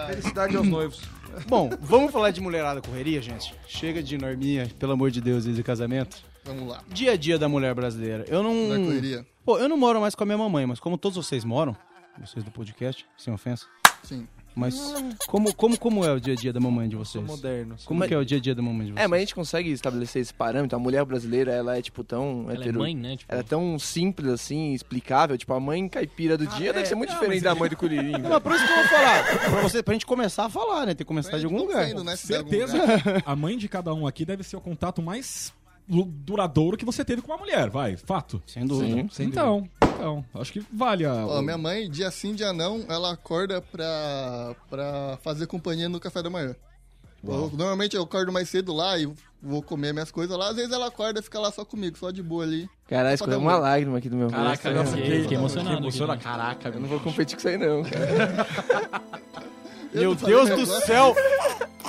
Felicidade aos noivos. [LAUGHS] Bom, vamos falar de mulherada correria, gente? Chega de norminha, pelo amor de Deus, e casamento. Vamos lá. Dia a dia da mulher brasileira. Eu não. Da correria. Pô, eu não moro mais com a minha mamãe, mas como todos vocês moram, vocês do podcast, sem ofensa, Sim. mas como, como, como é o dia a dia da mamãe de vocês? Modernos. Como que é o dia a dia da mamãe de vocês? É, mas a gente consegue estabelecer esse parâmetro. A mulher brasileira, ela é, tipo, tão Ela é hetero- mãe, né? Tipo, Ela é tão simples, assim, explicável. Tipo, a mãe caipira do dia deve ser muito É diferente da mãe do [LAUGHS] Curirim. né? é. Não, mas por isso que eu vou falar. Pra, você, pra gente começar a falar, né? Tem que começar de algum lugar. Saindo, né, se der algum Certeza, lugar. a mãe de cada um aqui deve ser o contato mais lu- duradouro que você teve com uma mulher, vai, fato. Sem dúvida. então, então, acho que vale a... Ó, minha mãe, dia sim, dia não, ela acorda pra, pra fazer companhia no café da manhã. Eu- normalmente eu acordo mais cedo lá e vou comer minhas coisas lá. Às vezes ela acorda e fica lá só comigo, só de boa ali. Caralho, escorreu uma lágrima aqui do meu rosto. Caraca, eu fiquei, fiquei emocionado. aqui, né? Caraca, Eu não vou competir com isso aí, não, cara. Meu Eu tô Deus do um fazendo negócio. céu!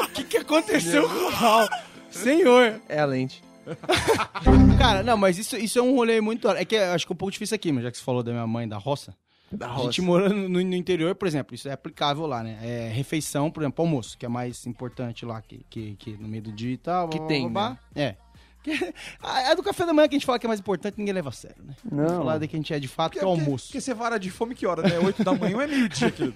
O que, que aconteceu com o Raul? Senhor! É a lente. [LAUGHS] Cara, não, mas isso, isso é um rolê muito. É que eu acho que é um pouco difícil aqui, mas já que você falou da minha mãe da roça. Da A gente morando no, no interior, por exemplo, isso é aplicável lá, né? É refeição, por exemplo, almoço, que é mais importante lá, que, que, que no meio do dia e tal. Que blá, tem, blá, blá. É. Que- A, a do café da manhã que a gente fala que é mais importante, ninguém leva a sério, né? Não. Falar de que a gente é de fato, que é o almoço. Porque você vara de fome que hora, né? 8 da manhã é meio-dia, querido.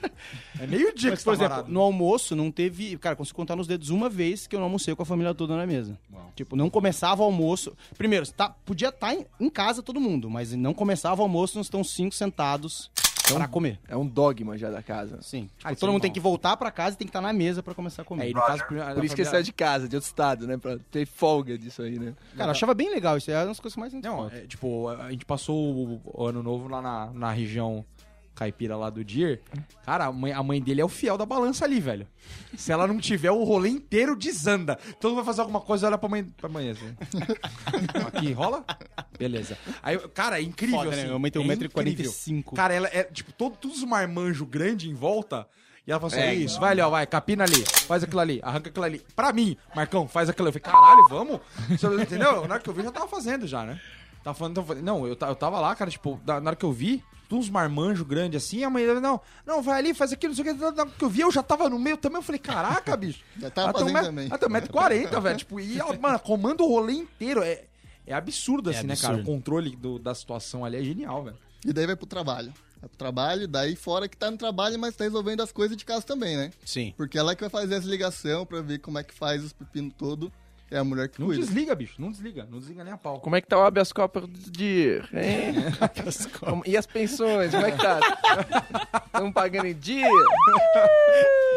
É meio-dia que Mas, você por tá exemplo, varado. no almoço não teve. Cara, consigo contar nos dedos uma vez que eu não almocei com a família toda na mesa. Tipo, não começava o almoço. Primeiro, tá, podia estar em, em casa todo mundo, mas não começava o almoço, nós estão cinco sentados pra comer. É um dogma já da casa. Sim. Tipo, Ah, isso todo é mundo bom. tem que voltar pra casa e tem que estar na mesa pra começar a comer. É, e no caso, primeiro- Por isso que ele saiu de casa, de outro estado, né? Pra ter folga disso aí, né? Cara, eu achava bem legal. Isso é uma das coisas mais Não, é, tipo, a a gente passou o- o ano novo lá na, na região caipira lá do Dir. Cara, a mãe, a mãe dele é o fiel da balança ali, velho. Se ela não tiver, o rolê inteiro desanda. Todo mundo vai fazer alguma coisa e olha pra mãe, pra [LAUGHS] mãe assim. Aqui, rola? Beleza. Aí, cara, é incrível, Foda, né? assim. Minha mãe tem é 1,45m. incrível. Cara, ela é, tipo, todo, todos os marmanjos grandes em volta... E ela fala assim, é isso, vai, Léo, vai, capina ali, faz aquilo ali, arranca aquilo ali. Pra mim, Marcão, faz aquilo ali. Eu falei, caralho, vamos? Você Entendeu? Na hora que eu vi, já tava fazendo já, né? Tava falando, tava falando. Não, eu, ta- eu tava lá, cara, tipo, da- na hora que eu vi, uns marmanjos grandes assim, a mãe, não, não, vai ali, faz aquilo, não sei o que. Na hora que eu vi, eu já tava no meio também, eu falei, caraca, bicho. [LAUGHS] Já tava Ela tem um fazendo metro- também. Ela tem 1,40m, velho, tipo, e ela, mano, comanda o rolê inteiro, é... É absurdo, assim, né, cara? O absurdo. controle do- da situação ali é genial, velho. E daí vai pro trabalho. Vai pro trabalho, daí fora que tá no trabalho, mas tá resolvendo as coisas de casa também, né? Sim. Porque ela que vai fazer as ligações pra ver como é que faz os pepinos todo. É a mulher que Não cuida. desliga, bicho. Não desliga. Não desliga nem a pau. Como é que tá o habeas corpus do dia? É. Hein? Como- E as pensões, como é que tá? Estão pagando em dia?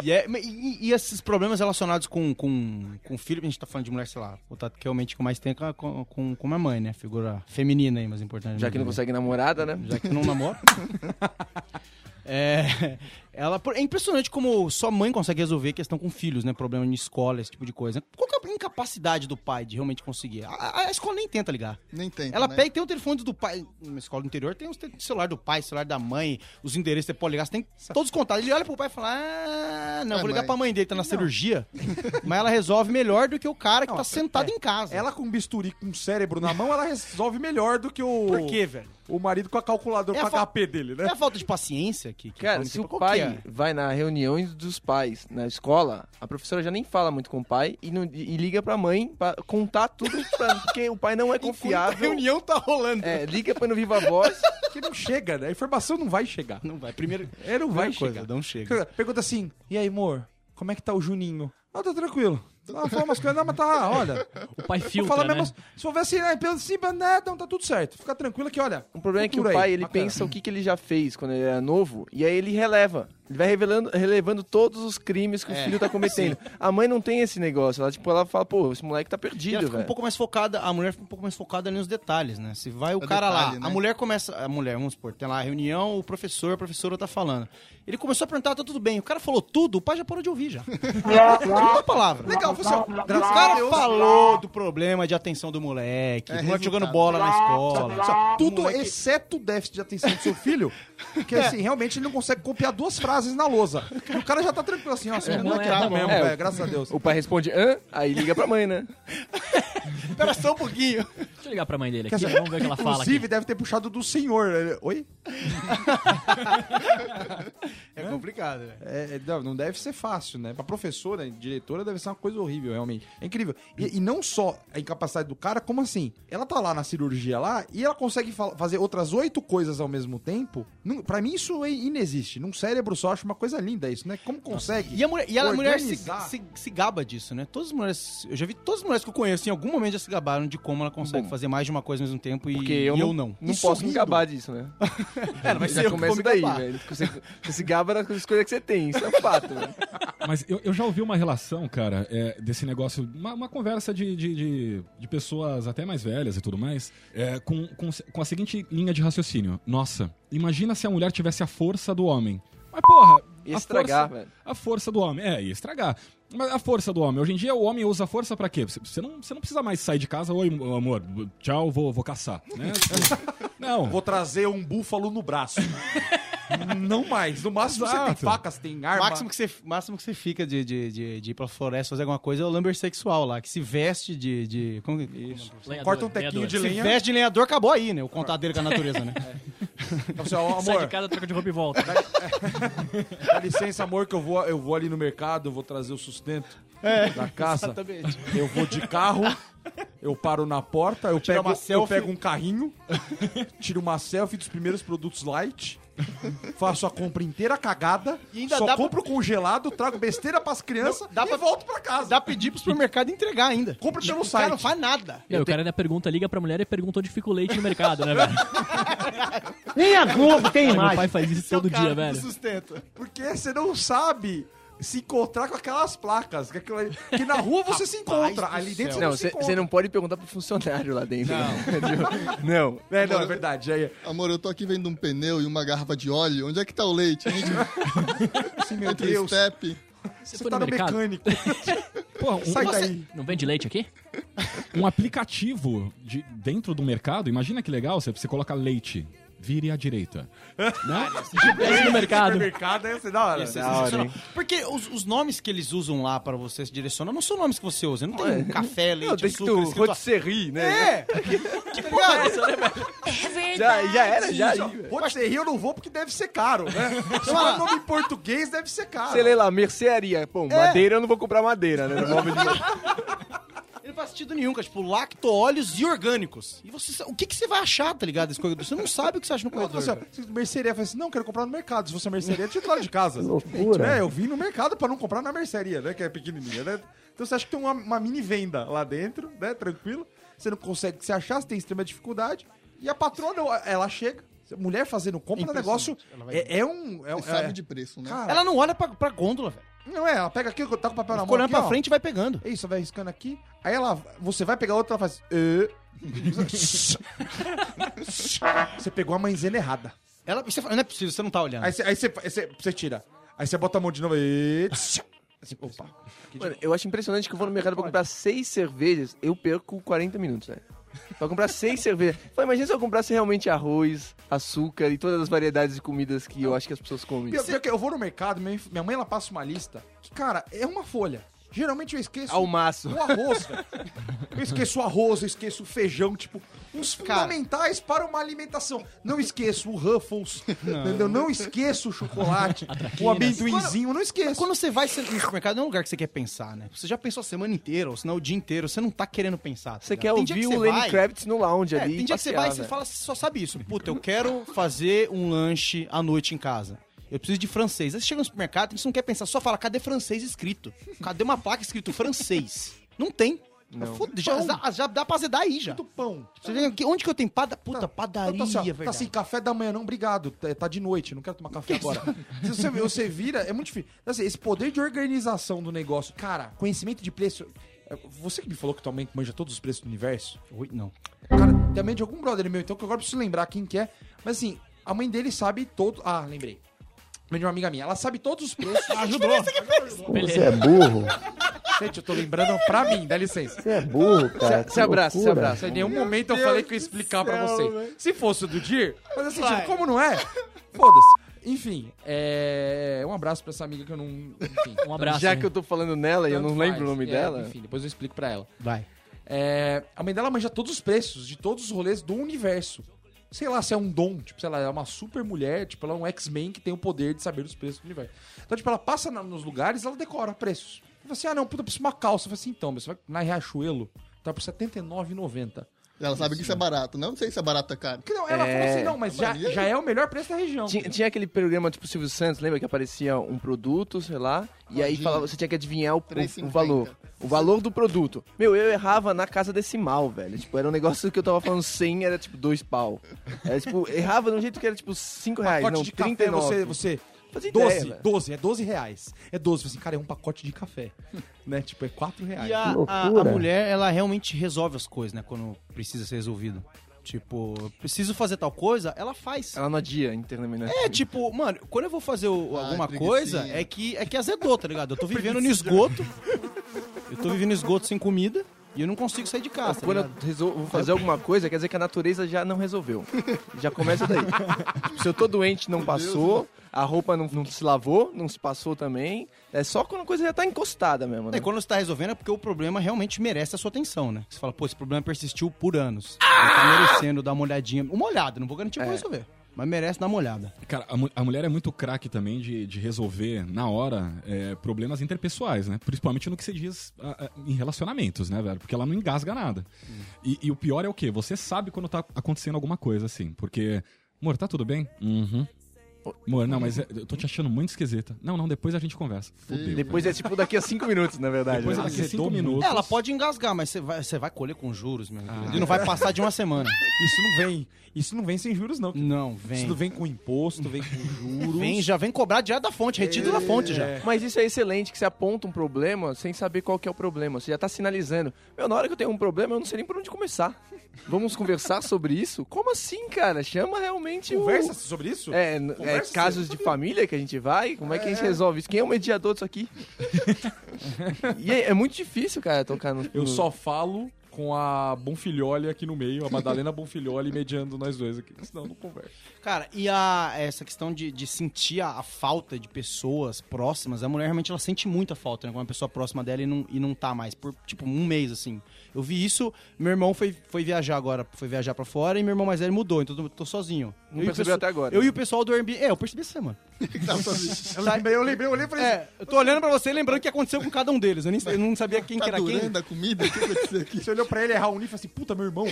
E, é- e- e- e esses problemas relacionados com, com, com filho, a gente tá falando de mulher, sei lá, o tato que realmente que eu mais tem com, com, com, com minha mãe, né? Figura feminina aí, mas [LAUGHS] importante. Já que não consegue namorada, né? Já que não namora. É, [LAUGHS] Ela, por- é impressionante como só mãe consegue resolver questão com filhos, né? Problema de escola, esse tipo de coisa. Qual que é a incapacidade do pai de realmente conseguir? A, a- a escola nem tenta ligar. Nem tem. Ela né? pega e tem o telefone do pai. Na escola do interior tem o celular do pai, celular da mãe, os endereços você pode ligar, você tem todos os contatos. Ele olha pro pai e fala: Ah, não, É, vou ligar mãe. pra mãe dele, tá [LAUGHS] na cirurgia. Mas ela resolve melhor do que o cara que tá sentado em casa. é, Ela com um bisturi, com cérebro na mão, ela resolve melhor do que o, Por quê, velho? o marido com a calculadora, É com a fa- a HP dele, É né? a falta de paciência que. que Cara, come se o tempo. Qual que pai vai na reunião dos pais na escola, a professora já nem fala muito com o pai e, não- e liga pra mãe pra contar tudo, pra- porque o pai não é A confiável. reunião tá rolando. É, liga pra no Viva Voz. Porque não chega, né? A informação não vai chegar. Não vai. Primeiro. É, não vai primeira coisa, chegar. não chega. Pergunta assim, e aí, amor, como é que tá o Juninho? Ah, tá tranquilo. Ah, falou umas coisas, não, mas tá, olha. O pai Vou filtra, falar né? mesmo, se houvesse né, pelo cima, né, não, tá tudo certo. Fica tranquilo que, olha, O problema é que o Cultura pai, aí, ele bacana. pensa o que, que ele já fez quando ele era novo, e aí ele releva. Ele vai revelando, relevando todos os crimes que o filho tá cometendo. A mãe não tem esse negócio. Ela, tipo, ela fala, pô, esse moleque tá E ela perdido, fica um velho. pouco mais focada, a mulher fica um pouco mais focada ali nos detalhes, né? Se vai o É cara lá, detalhe, né? a mulher começa, a mulher, vamos supor, tem lá a reunião, o professor, a professora tá falando. Ele começou a perguntar, tá tudo bem, o cara falou tudo, o pai já parou de ouvir já. Não é uma palavra. legal, foi assim, ó, O graças a cara Deus. falou do problema de atenção do moleque, É do moleque jogando resultado. bola na escola. Assim, ó, tudo moleque- exceto o déficit de atenção do seu filho, porque assim, realmente ele não consegue copiar duas frases na lousa. E o cara já tá tranquilo assim, ó, esse moleque tá mesmo, É, velho, graças a Deus. O pai responde, hã? Aí liga pra mãe, né? [LAUGHS] Espera só um pouquinho. Deixa eu ligar pra mãe dele Quer aqui, dizer, vamos ver o que ela fala Inclusive, aqui. deve ter puxado do senhor. Ele- Oi? [LAUGHS] É complicado, velho. É, é, não, não deve ser fácil, né? Pra professora, diretora, deve ser uma coisa horrível, realmente. É incrível. E, e não só a incapacidade do cara, como assim? Ela tá lá na cirurgia lá e ela consegue fa- fazer outras oito coisas ao mesmo tempo. Não, pra mim, isso é inexiste. Num cérebro só, acho uma coisa linda isso, né? Como consegue? E a mulher, e ela- a mulher se, Organizar. se- se gaba disso, né? Todas as mulheres. Eu já vi todas as mulheres que eu conheço em algum momento já se gabaram de como ela consegue Bom, fazer mais de uma coisa ao mesmo tempo e, Porque e eu, eu, não, não. não E posso me sorrindo. gabar disso, né? É, não vai Já começa daí, velho. Você, você se gaba nas coisas que você tem, isso é um fato, velho. Mas eu, eu já ouvi uma relação, cara, é, desse negócio, uma, uma conversa de, de, de- de pessoas até mais velhas e tudo mais, é, com, com, com a seguinte linha de raciocínio. Nossa, imagina se a mulher tivesse a força do homem. Mas porra, Ia a estragar, força- velho. A força do homem, é, ia estragar. Mas a força do homem, hoje em dia o homem usa a força pra quê? Você- Você não, você não precisa mais sair de casa, oi amor, tchau, vou, vou caçar, né? [LAUGHS] Tipo, Não, Vou trazer um búfalo no [LAUGHS] braço. não mais. No máximo você tem Exato. facas, tem O arma. máximo que você, máximo que você fica de, de, de, de ir pra floresta fazer alguma coisa é o lumber sexual lá, que se veste de. de como, Isso. Lenhador, Corta um tequinho lenhador. de Se lenha. veste de lenhador, acabou aí, né? O contato dele com a natureza, né? [LAUGHS] Então, assim, ó, Sai amor, é. de casa, troca de roupa e volta. [LAUGHS] dá licença, amor, que eu vou, eu vou ali no mercado, eu vou trazer o sustento da casa. É, Exatamente. Eu vou de carro, eu paro na porta, eu Tira pego, uma eu selfie. pego um carrinho, tiro uma selfie dos primeiros produtos light, faço a compra inteira cagada, E ainda só dá pra- compro congelado, trago besteira pras crianças Não, dá e pra- volto pra casa. Dá pra pedir pro supermercado entregar ainda. Compra pelo O cara não site. faz nada. Não, o cara ainda pergunta, liga pra mulher e pergunta onde fica o leite no mercado, né, velho? Nem a Globo tem Ai, Meu mais. pai faz é isso todo O cara dia, não velho. sustenta. Porque você não sabe se encontrar com aquelas placas. Que, aquilo ali- que na rua você se encontra, ali dentro você Não, não se você encontra. você não pode perguntar pro funcionário lá dentro. [LAUGHS] né? Tipo, Não. É, não, é verdade. Aí, Amor, eu tô aqui vendo um pneu e uma garrafa de óleo. Onde é que tá o leite? assim, meu Entre o Deus, step. você, foi tá no no mercado? mecânico. porra, um, Sai daí. Não vende leite aqui? um aplicativo de, dentro do mercado, imagina que legal, você, você coloca leite, vire à direita. [LAUGHS] Desce Né? no mercado. Mercado, aí você dá hora. Isso é sensacional. Porque os, os nomes que eles usam lá pra você se direcionar não são nomes que você usa. Não tem um café, leite, Não, tem que açúcar, tu escrito lá. rotisserie, né? É! tá que porra é essa, né, [LAUGHS] velho? Já, já era, já. aí, velho. Pode ser rio, eu não vou porque deve ser caro, né? Se for nome em português, deve ser caro. Você lê lá, mercearia. Pô, madeira eu não vou comprar madeira, né? Não vou abrir de- Ele não faz sentido nenhum, cara. Tipo, lactoóleos e orgânicos. E você, sa- o que, que você vai achar, tá ligado? Esse corredor? Você não sabe o que você acha no Não, corredor. assim, ó, cara. se mercearia, fala assim, não, quero comprar no mercado. Se você é mercearia, tinha do lado de casa. Loucura. É, eu vim no mercado pra não comprar na mercearia, né? Que é pequenininha, né? Então você acha que tem uma, uma mini venda lá dentro, né? Tranquilo. Você não consegue se achar, você tem extrema dificuldade. E a patroa, não, ela chega. Mulher fazendo compra no negócio é, é um... É, E um- é, sabe de preço, né? Cara, Ela não olha pra, pra gôndola, velho. não é, ela pega aqui, tá com o papel na Ela mão olhando aqui, pra ó. frente e vai pegando. É isso, vai riscando aqui. Aí ela, você vai pegar outra, ela faz. [LAUGHS] "Ê". você pegou a maisena errada. Ela, você fala, não é possível, você não tá olhando. Aí você, aí você, aí você- você tira. Aí você bota a mão de novo e. Assim, opa. Mano, eu acho impressionante que eu vou Ah, no mercado pra comprar seis cervejas, eu perco 40 minutos, velho. Pra comprar [LAUGHS] seis cervejas. Pô, imagina se eu comprasse realmente arroz, açúcar e todas as variedades de comidas que eu acho que as pessoas comem. Pior- pior que Eu vou no mercado, minha minha mãe ela passa uma lista que, cara, é uma folha. Geralmente eu esqueço Almaço. o arroz, velho. Eu esqueço o arroz, eu esqueço o feijão, tipo, uns fundamentais para uma alimentação. Não esqueço o Ruffles, entendeu? Não esqueço [LAUGHS] o chocolate, o amendoinzinho, eu não esqueço. Quando você vai no supermercado, não é um lugar que você quer pensar, né? Você já pensou a semana inteira, ou senão o dia inteiro, você não tá querendo pensar. tá Você ligado? quer Tem dia ouvir que o você Lenny vai- Kravitz no lounge É, ali. né? tem dia que você vai e você fala, você só sabe isso. Puta, eu quero fazer um lanche à noite em casa. Eu preciso de francês. Aí você chega no supermercado, você não quer pensar, só fala, cadê francês escrito? Cadê uma placa escrito francês? Não tem. Foda- já, já, já dá pra azedar aí já. do pão. Você vê aqui, onde que eu tenho padaria? Puta, Eu padaria, tô assim, ó, velho. tá assim, café da manhã não, obrigado. Tá tá de noite, não quero tomar café agora. Se você, você vira, é muito difícil. Então, assim, esse poder de organização do negócio, cara, conhecimento de preço. é, Você que me falou que tua mãe manja todos os preços do universo. Ui, não. Cara, tem a mãe de algum brother meu, então que eu agora preciso lembrar quem que é. Mas assim, a mãe dele sabe todo. Ah, lembrei. Mãe de uma amiga minha, ela sabe todos [LAUGHS] os preços. Ajudou. Beleza. é é Gente, eu tô lembrando pra mim, dá licença. é Se abraça, se abraça. Em é nenhum momento eu falei que eu ia explicar pra você. Se fosse o do Dir, mas assim, tipo, como não é? Foda-se. Enfim, é... um abraço pra essa amiga que eu não. Enfim, Um abraço. Já né? que eu tô falando nela e eu tanto não lembro faz. o nome É, dela. Enfim, depois eu explico pra ela. Vai. É, A mãe dela manja todos os preços de todos os rolês do universo. Sei lá se é um dom, tipo, sei lá, é uma super mulher, tipo, ela é um X-Men que tem o poder de saber os preços do universo. Então, tipo, ela passa na- nos lugares, ela decora preços. Ela fala assim, ah, não, puta, eu preciso de uma calça. Eu falo assim, então, mas você vai na Riachuelo, tá por R$ 79,90. Ela sabe que isso é barato. Não sei se é barato ou é caro. Que Não, ela falou assim, não, mas já, já é o melhor preço da região. Tinha, tinha aquele programa tipo Silvio Santos, lembra que aparecia um produto, sei lá, e aí falava, você tinha que adivinhar o, o, o 3,50. valor. O valor do produto. Meu, eu errava na casa decimal, velho. Tipo, era um negócio que eu tava falando 100, era tipo dois pau. Era tipo, errava de um jeito que era tipo 5 reais, pacote não, de café, 39. você, você Fazia 12, ideia, velho. 12, é 12 reais. É 12, assim, cara, é um pacote de café, [LAUGHS] né? Tipo, é 4 reais. E a, a- a mulher, ela realmente resolve as coisas, né? Quando precisa ser resolvido. Tipo, eu preciso fazer tal coisa, ela faz. Ela não adia né? internamente. É tipo, mano, quando eu vou fazer o- Ai, alguma preguicinha. coisa, é que, é que azedou, tá ligado? Eu tô vivendo no esgoto. Eu tô vivendo no esgoto sem comida e eu não consigo sair de casa, tá Quando eu ligado? resolvo fazer alguma coisa, quer dizer que a natureza já não resolveu. Já começa [LAUGHS] daí. Tipo, se eu tô doente, não passou. A roupa não, não se lavou, não se passou também. É só quando a coisa já tá encostada mesmo, né? E quando você tá resolvendo é porque o problema realmente merece a sua atenção, né? Você fala, pô, esse problema persistiu por anos. Ele Ah! Tá merecendo dar uma olhadinha. Uma olhada, não vou garantir É. que eu vou resolver. Mas merece dar uma olhada. Cara, a, mu- a mulher é muito craque também de, de resolver, na hora, é, problemas interpessoais, né? Principalmente no que se diz a- a- em relacionamentos, né, velho? Porque ela não engasga nada. E, e o pior é o quê? Você sabe quando tá acontecendo alguma coisa, assim. Porque, amor, tá tudo bem? Uhum. Amor, não, mas é- eu tô te achando muito esquisita. Não, não, depois a gente conversa. Fudeu. Depois é tipo daqui a cinco minutos, na verdade. Depois né? daqui a cinco Azedou minutos. É, ela pode engasgar, mas você vai, você vai colher com juros, meu Ah. querido. Ele não vai passar de um uma semana. Isso não vem. Isso não vem sem juros, não. Não, vem. Isso não vem com imposto, vem com juros. Vem, já vem cobrar direto da fonte, retido É. da fonte já. Mas isso é excelente, que você aponta um problema sem saber qual que é o problema. Você já tá sinalizando. Meu, na hora que eu tenho um problema, eu não sei nem por onde começar. Vamos conversar [LAUGHS] sobre isso? Como assim, cara? Chama realmente o- Conversa sobre isso? É, n- é Conversa casos de família que a gente vai, como é que a gente resolve isso? Quem é o mediador disso [LAUGHS] aqui? e é, é muito difícil, cara, tocar no... Eu no- só falo com a Bonfilholi aqui no meio, a Madalena Bonfilholi mediando nós dois aqui. Senão não conversa. Cara, e a, essa questão de, de sentir a, a falta de pessoas próximas, a mulher realmente ela sente muita falta, né? Quando uma pessoa próxima dela e não, e não tá mais, por tipo um mês, assim. Eu vi isso, meu irmão foi, foi viajar agora, foi viajar pra fora e meu irmão mais velho mudou, então eu tô, tô sozinho. Não eu e o percebeu pessoal- até agora. Eu e o pessoal do Airbnb. É, eu percebi essa semana. [LAUGHS] Eu lembrei, eu lembrei, eu olhei e falei É, eu tô olhando pra você e lembrando o que aconteceu com cada um deles. Eu, nem, eu não sabia quem que Tá era quem. durando a [LAUGHS] comida? O que aconteceu aqui? Você olhou pra ele errar o nível e falou assim, puta, meu irmão.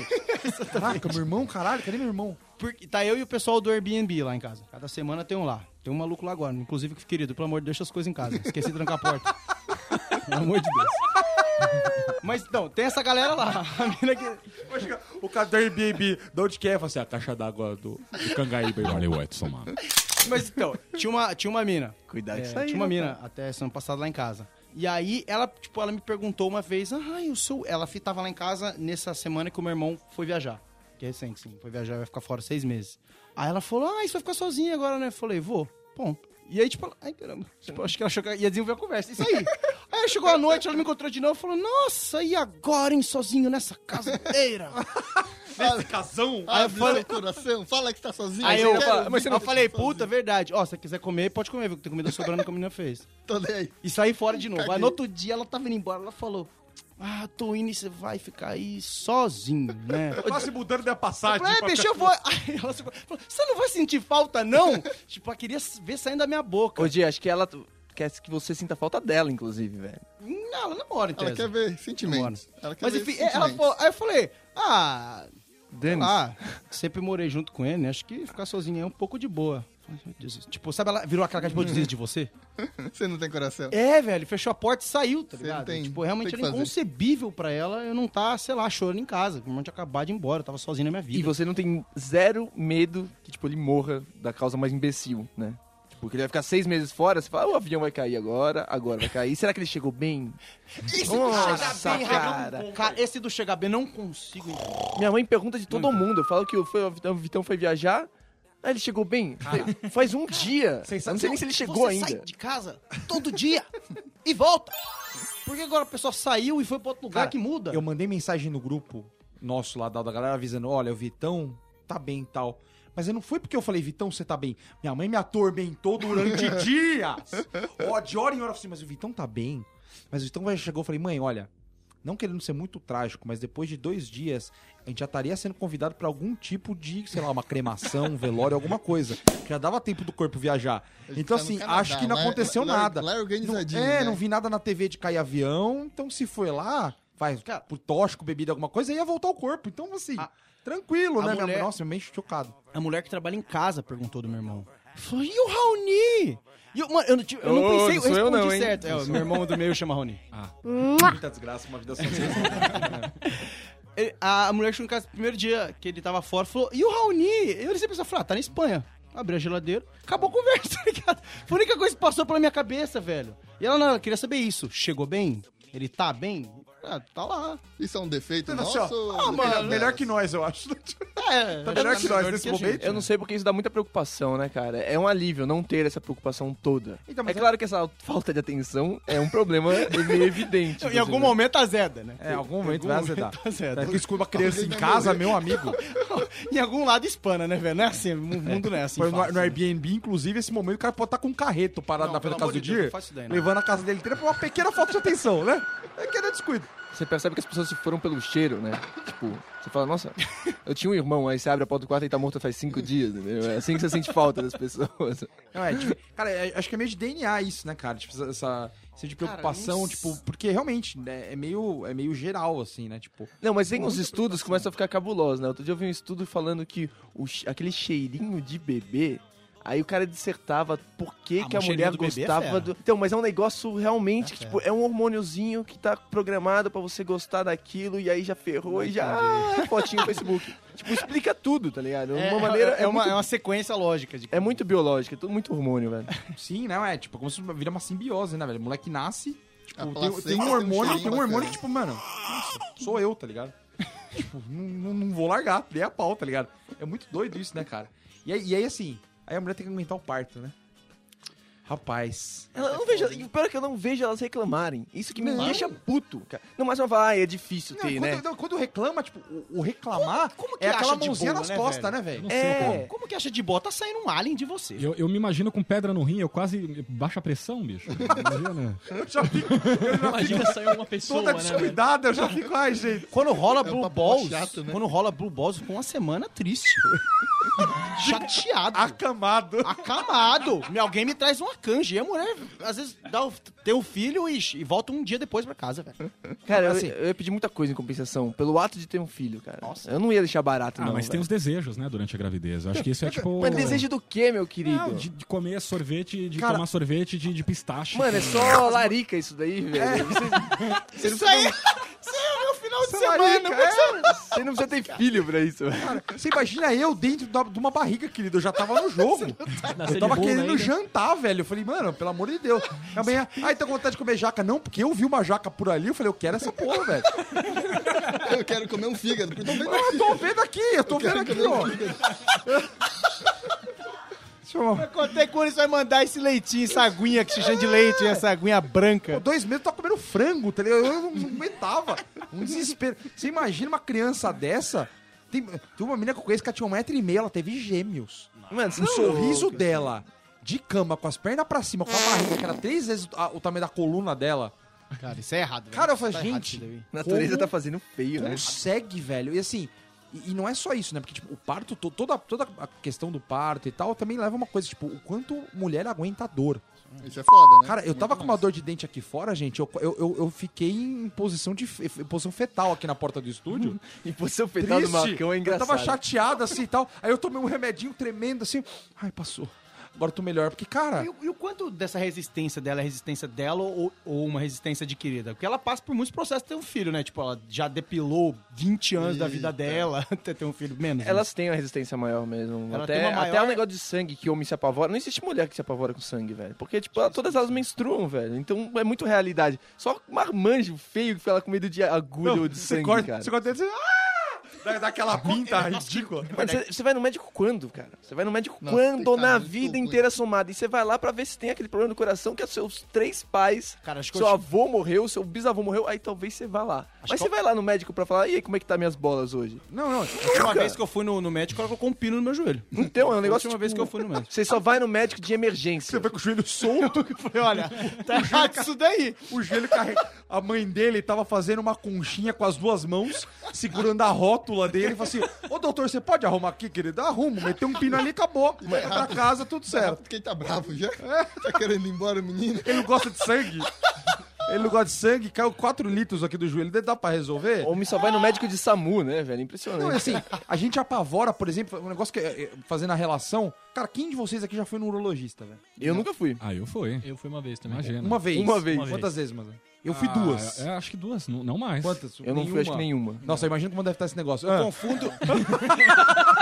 Caraca, meu irmão, caralho, cadê meu irmão? Porque tá eu e o pessoal do Airbnb lá em casa. Cada semana tem um lá. Tem um maluco lá agora. Inclusive, querido, pelo amor de Deus, deixa as coisas em casa. Esqueci de trancar a porta. [LAUGHS] pelo amor de Deus. Mas então, tem essa galera lá. [LAUGHS] A mina que... Vai chegar O cara do Airbnb, de onde que é? Fala assim, a caixa d'água do, do Cangaíba. irmão. Olha o Edson, mano. Mas então, tinha uma, tinha uma mina. Cuidado com É, isso aí. tinha uma né? mina até semana passada lá em casa. E aí ela, tipo, ela me perguntou uma vez, ai, o seu. Ela fi- tava lá em casa nessa semana que o meu irmão foi viajar. Que é recente, sim. Foi viajar, vai ficar fora seis meses. Aí ela falou, ah, você vai ficar sozinha agora, né? Eu Falei, vou. Bom. E aí, tipo, ela- ai, caramba. Tipo, acho que ela achou que ia desenvolver a conversa. Isso aí. Aí chegou a noite, ela me encontrou de novo e falou: Nossa, e agora, hein, sozinho nessa casa inteira? Nesse casão. Abre seu coração, Ah, fala que tá sozinho. Aí eu, quero fa- mas ouvir eu você falei, sozinho. puta, verdade. Ó, se você quiser comer, pode comer, viu? que Tem comida sobrando que a menina fez. [LAUGHS] Tô nem aí. E saí fora de novo. Aí Caguei. no outro dia ela tava indo embora, ela falou: Ah, tô indo e você vai ficar aí sozinho, né? Quase mudando minha Eu passagem. falei, é, pra- bicho, eu vou. [LAUGHS] Aí ela se- falou, você não vai sentir falta, não? tipo, ela queria ver saindo da minha boca. Ô, Di, acho que ela t- quer que você sinta falta dela, inclusive, velho. Não, ela namora, Ela entendeu? quer ver sentimentos. Ela quer Mas ver enfim, é, ela sentimentos. falou, aí eu falei, ah, sei Denis. lá, sempre morei junto com ele, né? Acho que ficar sozinho é um pouco de boa. Falei, "Meu Deus", Tipo, sabe, ela virou aquela cara de boa desisto de você? [LAUGHS] Você não tem coração. É, velho, fechou a porta e saiu, tá Você ligado? não tem- tipo, realmente tem que era fazer. inconcebível pra ela eu não tá, sei lá, chorando em casa. Minha irmã tinha acabado de ir embora, eu tava sozinho na minha vida. E você não tem zero medo que, tipo, ele morra da causa mais imbecil, né? Tipo, que ele vai ficar seis meses fora, você fala, "Ah, o avião vai cair agora, agora vai cair. Será que ele chegou bem? Esse Nossa, cara. Cara, cara, esse do chegar bem, não consigo. entender. Minha mãe pergunta de todo mundo. Fala que o foi- o Vitão foi viajar. Ah, ele chegou bem? Faz um dia. Eu não sei nem se ele chegou você ainda. sai de casa todo dia [LAUGHS] e volta. Porque agora a pessoa saiu e foi pra outro lugar Cara, que muda. Eu mandei mensagem no grupo nosso lá da da galera avisando: olha, o Vitão tá bem e tal. Mas eu não foi porque eu falei, Vitão, você tá bem. Minha mãe me [LAUGHS] atormentou durante dias. [LAUGHS] Ó, de hora em hora eu falei assim, mas o Vitão tá bem. Mas o Vitão vai- chegou, eu falei, mãe, olha, não querendo ser muito trágico, mas depois de dois dias, a gente já estaria sendo convidado pra algum tipo de, sei lá, uma cremação, um velório, alguma coisa. Que já dava tempo do corpo viajar. Ele Então, tá no assim, Canadá, acho que não lá é- aconteceu lá é- nada. Lá é organizadinho. Não- é, né? não vi nada na TV de cair avião, então se foi lá, faz Cara, por tóxico, bebida, alguma coisa, ia voltar o corpo. Então, assim, A- tranquilo, a né? Minha mulher- mãe? Nossa, minha mãe chocado. É. A mulher que trabalha em casa perguntou do meu irmão. Falou, e o Raoni? E eu, mano, eu não, tive- eu não Ô, pensei, eu não sou eu respondi não, hein? certo. É, o meu irmão do meio [LAUGHS] chama Raoni. Ah. Muita desgraça, uma vida só. [LAUGHS] Ele- a mulher chegou em casa no primeiro dia que ele tava fora falou: E o Raoni? Eu olhei pra falar: ah, tá na Espanha. Abri a geladeira, acabou a conversa, [LAUGHS] tá ligado? Foi a única coisa que passou pela minha cabeça, velho. E ela, não, ela queria saber isso. Chegou bem? Ele tá bem? Ah, tá lá. Isso é um defeito Nossa, nosso? ou ó, ah, é um defeito mano, delas? melhor que nós, eu acho. É, Tá melhor que nós nesse a gente. momento. Eu não sei porque isso dá muita preocupação, né, cara? É um alívio não ter essa preocupação toda. Então, é mas eu- claro que essa falta de atenção é um problema [LAUGHS] meio evidente. Em algum momento azeda, né? É, em algum momento vai azedar. azeda. É que escuta uma criança em casa, meu amigo. [LAUGHS] em algum lado hispana, né, velho? Não é assim, o mundo não é assim. Foi no, fácil, no né? Airbnb, inclusive, esse momento o cara pode estar com um carreto parado Não, na frente da pelo casa do amor de Deus, Dir, não faz isso daí, não. levando a casa dele inteira pra uma pequena falta de atenção, [LAUGHS] né? É que era descuido. Você percebe que as pessoas se foram pelo cheiro, né? Tipo, você fala, nossa, eu tinha um irmão, aí você abre a porta do quarto e tá morto faz cinco dias, entendeu? É assim que você sente falta das pessoas. Não, é, tipo, cara, é- acho que é meio de DNA isso, né, cara? Tipo, essa, essa, esse de preocupação, não tipo, porque realmente né, é, meio, é meio geral, assim, né? Tipo, [LAUGHS] Não, mas tem uns estudos que começam a ficar cabulosos, né? Outro dia eu vi um estudo falando que o che- aquele cheirinho de bebê. Aí o cara dissertava por que, Ah, que a mas o mulher cheirinho do bebê é gostava fera. do. Então, mas é um negócio realmente É que, tipo, é um hormôniozinho que tá programado pra você gostar daquilo e aí já ferrou e já. Ah, fotinho no [LAUGHS] Facebook. tipo, explica tudo, tá ligado? De É, uma maneira. É, é, uma, muito, é uma sequência lógica de é muito biológica, é tudo muito hormônio, velho. [LAUGHS] sim, né? É tipo, como se vira uma simbiose, né, velho? O moleque nasce, A tipo, tem, placenta tem tem um um hormônio, tem cheirinho um hormônio bacana. que, tipo, mano, nossa, sou eu, tá ligado? [LAUGHS] tipo, não, não- não vou largar, dei a pau, tá ligado? É muito doido isso, né, cara? E aí, e aí, assim, aí a mulher tem que aumentar o parto, né? Rapaz. Ela- Eu não vejo, e o pior é que eu não vejo elas reclamarem. Isso que me Não. deixa puto, cara. Não, mas uma fala, ah, é difícil Não, ter, quando, né? não, quando reclama, tipo, o, o reclamar como que é aquela acha de mãozinha boa, nas né, costas, velho? né, velho? Não sei É. como. Como que acha de bota saindo um alien de você? Eu, eu me imagino com pedra no rim, eu quase baixa a pressão, bicho. Imagina. Eu já fico Imagina sair uma pessoa, toda né? velho? descuidada, eu já fico, ai, gente. Quando rola um Blue papo Balls, chato, né? quando rola Blue Balls, eu fico uma semana [LAUGHS] triste. Chateado. Acamado. Acamado. Me- Alguém me traz uma canja. E a mulher, às vezes, dá o, tem um filho e, e volta um dia depois pra casa, velho. Cara, eu- Assim- eu, ia pedir muita coisa em compensação pelo ato de ter um filho, cara. Nossa. Eu não ia deixar [LAUGHS] barato, Ah, não. mas tem velho. os desejos, né, durante a gravidez. Eu acho que isso é tipo. Mas desejo do quê, meu querido? Não, de, de comer sorvete, de Cara- tomar sorvete de, de pistache. [LAUGHS] Mano, é só larica isso daí, É. velho. Você, você, não precisa, Final de Samarica, semana. é. você não precisa ter filho pra isso, velho. Cara, você imagina eu dentro da- de uma barriga, querido. Eu já tava no jogo. tá Nascer eu de tava bunda querendo ainda. jantar, velho. Eu falei, mano, pelo amor de Deus. Minha mãe, ai, tô com vontade de comer jaca. Não, porque eu vi uma jaca por ali. Eu falei, eu quero essa porra, velho. Eu quero comer um fígado. porque eu tô bem- Eu tô vendo aqui, eu tô Eu quero vendo aqui, comer um ó. fígado. Deixa eu... Mas quanto é que eles vai mandar esse leitinho, essa aguinha que se chama de leite, essa aguinha branca? Dois meses eu tava comendo frango, tá ligado? Eu não aguentava. Um desespero. Você imagina uma criança dessa? Tem, tem uma menina que eu conheço que ela tinha um metro e meio, ela teve gêmeos. Mano, O sorriso dela, de cama, com as pernas pra cima, com a barriga, que era três vezes a- o tamanho da coluna dela. Cara, isso é errado. velho. Cara, eu falei, Tá errado isso gente, daí. A natureza como- tá fazendo feio, né? consegue, velho. E assim, e, e não é só isso, né? Porque, tipo, o parto, to- toda, toda a questão do parto e tal, também leva uma coisa, tipo, o quanto mulher aguenta a dor. Isso é foda, né? Cara, eu Muito tava com uma mais. dor de dente aqui fora, gente. Eu, eu, eu, eu fiquei em posição, de, fe- em posição fetal aqui na porta do [LAUGHS] estúdio. E posição fetal do Triste. Marcão é eu engraçado. tava chateado assim e tal. Aí eu tomei um remedinho tremendo assim. Ai, passou. Agora eu tô melhor. Porque, cara, E, o- e o quanto dessa resistência dela é resistência dela ou, ou uma resistência adquirida? Porque ela passa por muitos processos de ter um filho, né? Tipo, ela já depilou 20 anos da vida dela [LAUGHS] até ter um filho menos. né? Elas têm uma resistência maior mesmo. Ela até, tem uma até maior- o negócio de sangue que homem se apavora. Não existe mulher que se apavora com sangue, velho. Porque, tipo, ela- todas elas menstruam, velho. Então é muito realidade. Só marmanjo feio que fala com medo de agulha ou de sangue, cara. é corta ele, você- Dá, dá aquela pinta ridícula. Mas você você vai no médico quando, cara? Você vai no médico Nossa, tem que quando? tá Na muito vida ruim. inteira somada. E você vai lá pra ver se tem aquele problema no coração que os seus três pais. Cara, acho que seu eu- avô morreu, seu bisavô morreu, aí talvez você vá lá. Mas que você vai lá no médico pra falar, e aí, como é que tá minhas bolas hoje? Não, não. Uma vez que eu fui no, no médico, ela colocou um pino no meu joelho. Então, é um Foi a negócio. última vez que eu fui no médico. Você só vai no médico de emergência. Você vai com o joelho solto, Eu falei, [LAUGHS] olha, tá errado isso daí. o joelho carrega. A mãe dele tava fazendo uma conchinha com as duas mãos, segurando a rótula dele. E falou assim: Ô doutor, você pode arrumar aqui, querido? Arrumo, meteu um pino ali e acabou. Vai pra casa, tudo certo. É. Porque ele tá bravo já. Tá querendo ir embora, o menino. Ele não gosta de sangue. Ele não gosta de sangue, caiu 4 litros aqui do joelho dele, dá pra resolver? Homem só vai no médico de SAMU, né, velho? Não, Impressionante. é assim, a gente apavora, por exemplo, um negócio que, é, é, fazendo a relação. Cara, quem de vocês aqui já foi no urologista, velho? Eu nunca fui. Ah, eu fui. Eu fui uma vez também. Imagina. Uma vez. Uma vez. Quantas vezes, mano? Eu Ah, fui duas. é, acho que duas, não, não mais. Quantas? Eu não fui, acho que nenhuma. Nossa, imagina como deve estar esse negócio. Ah, [LAUGHS] Confundo. [LAUGHS]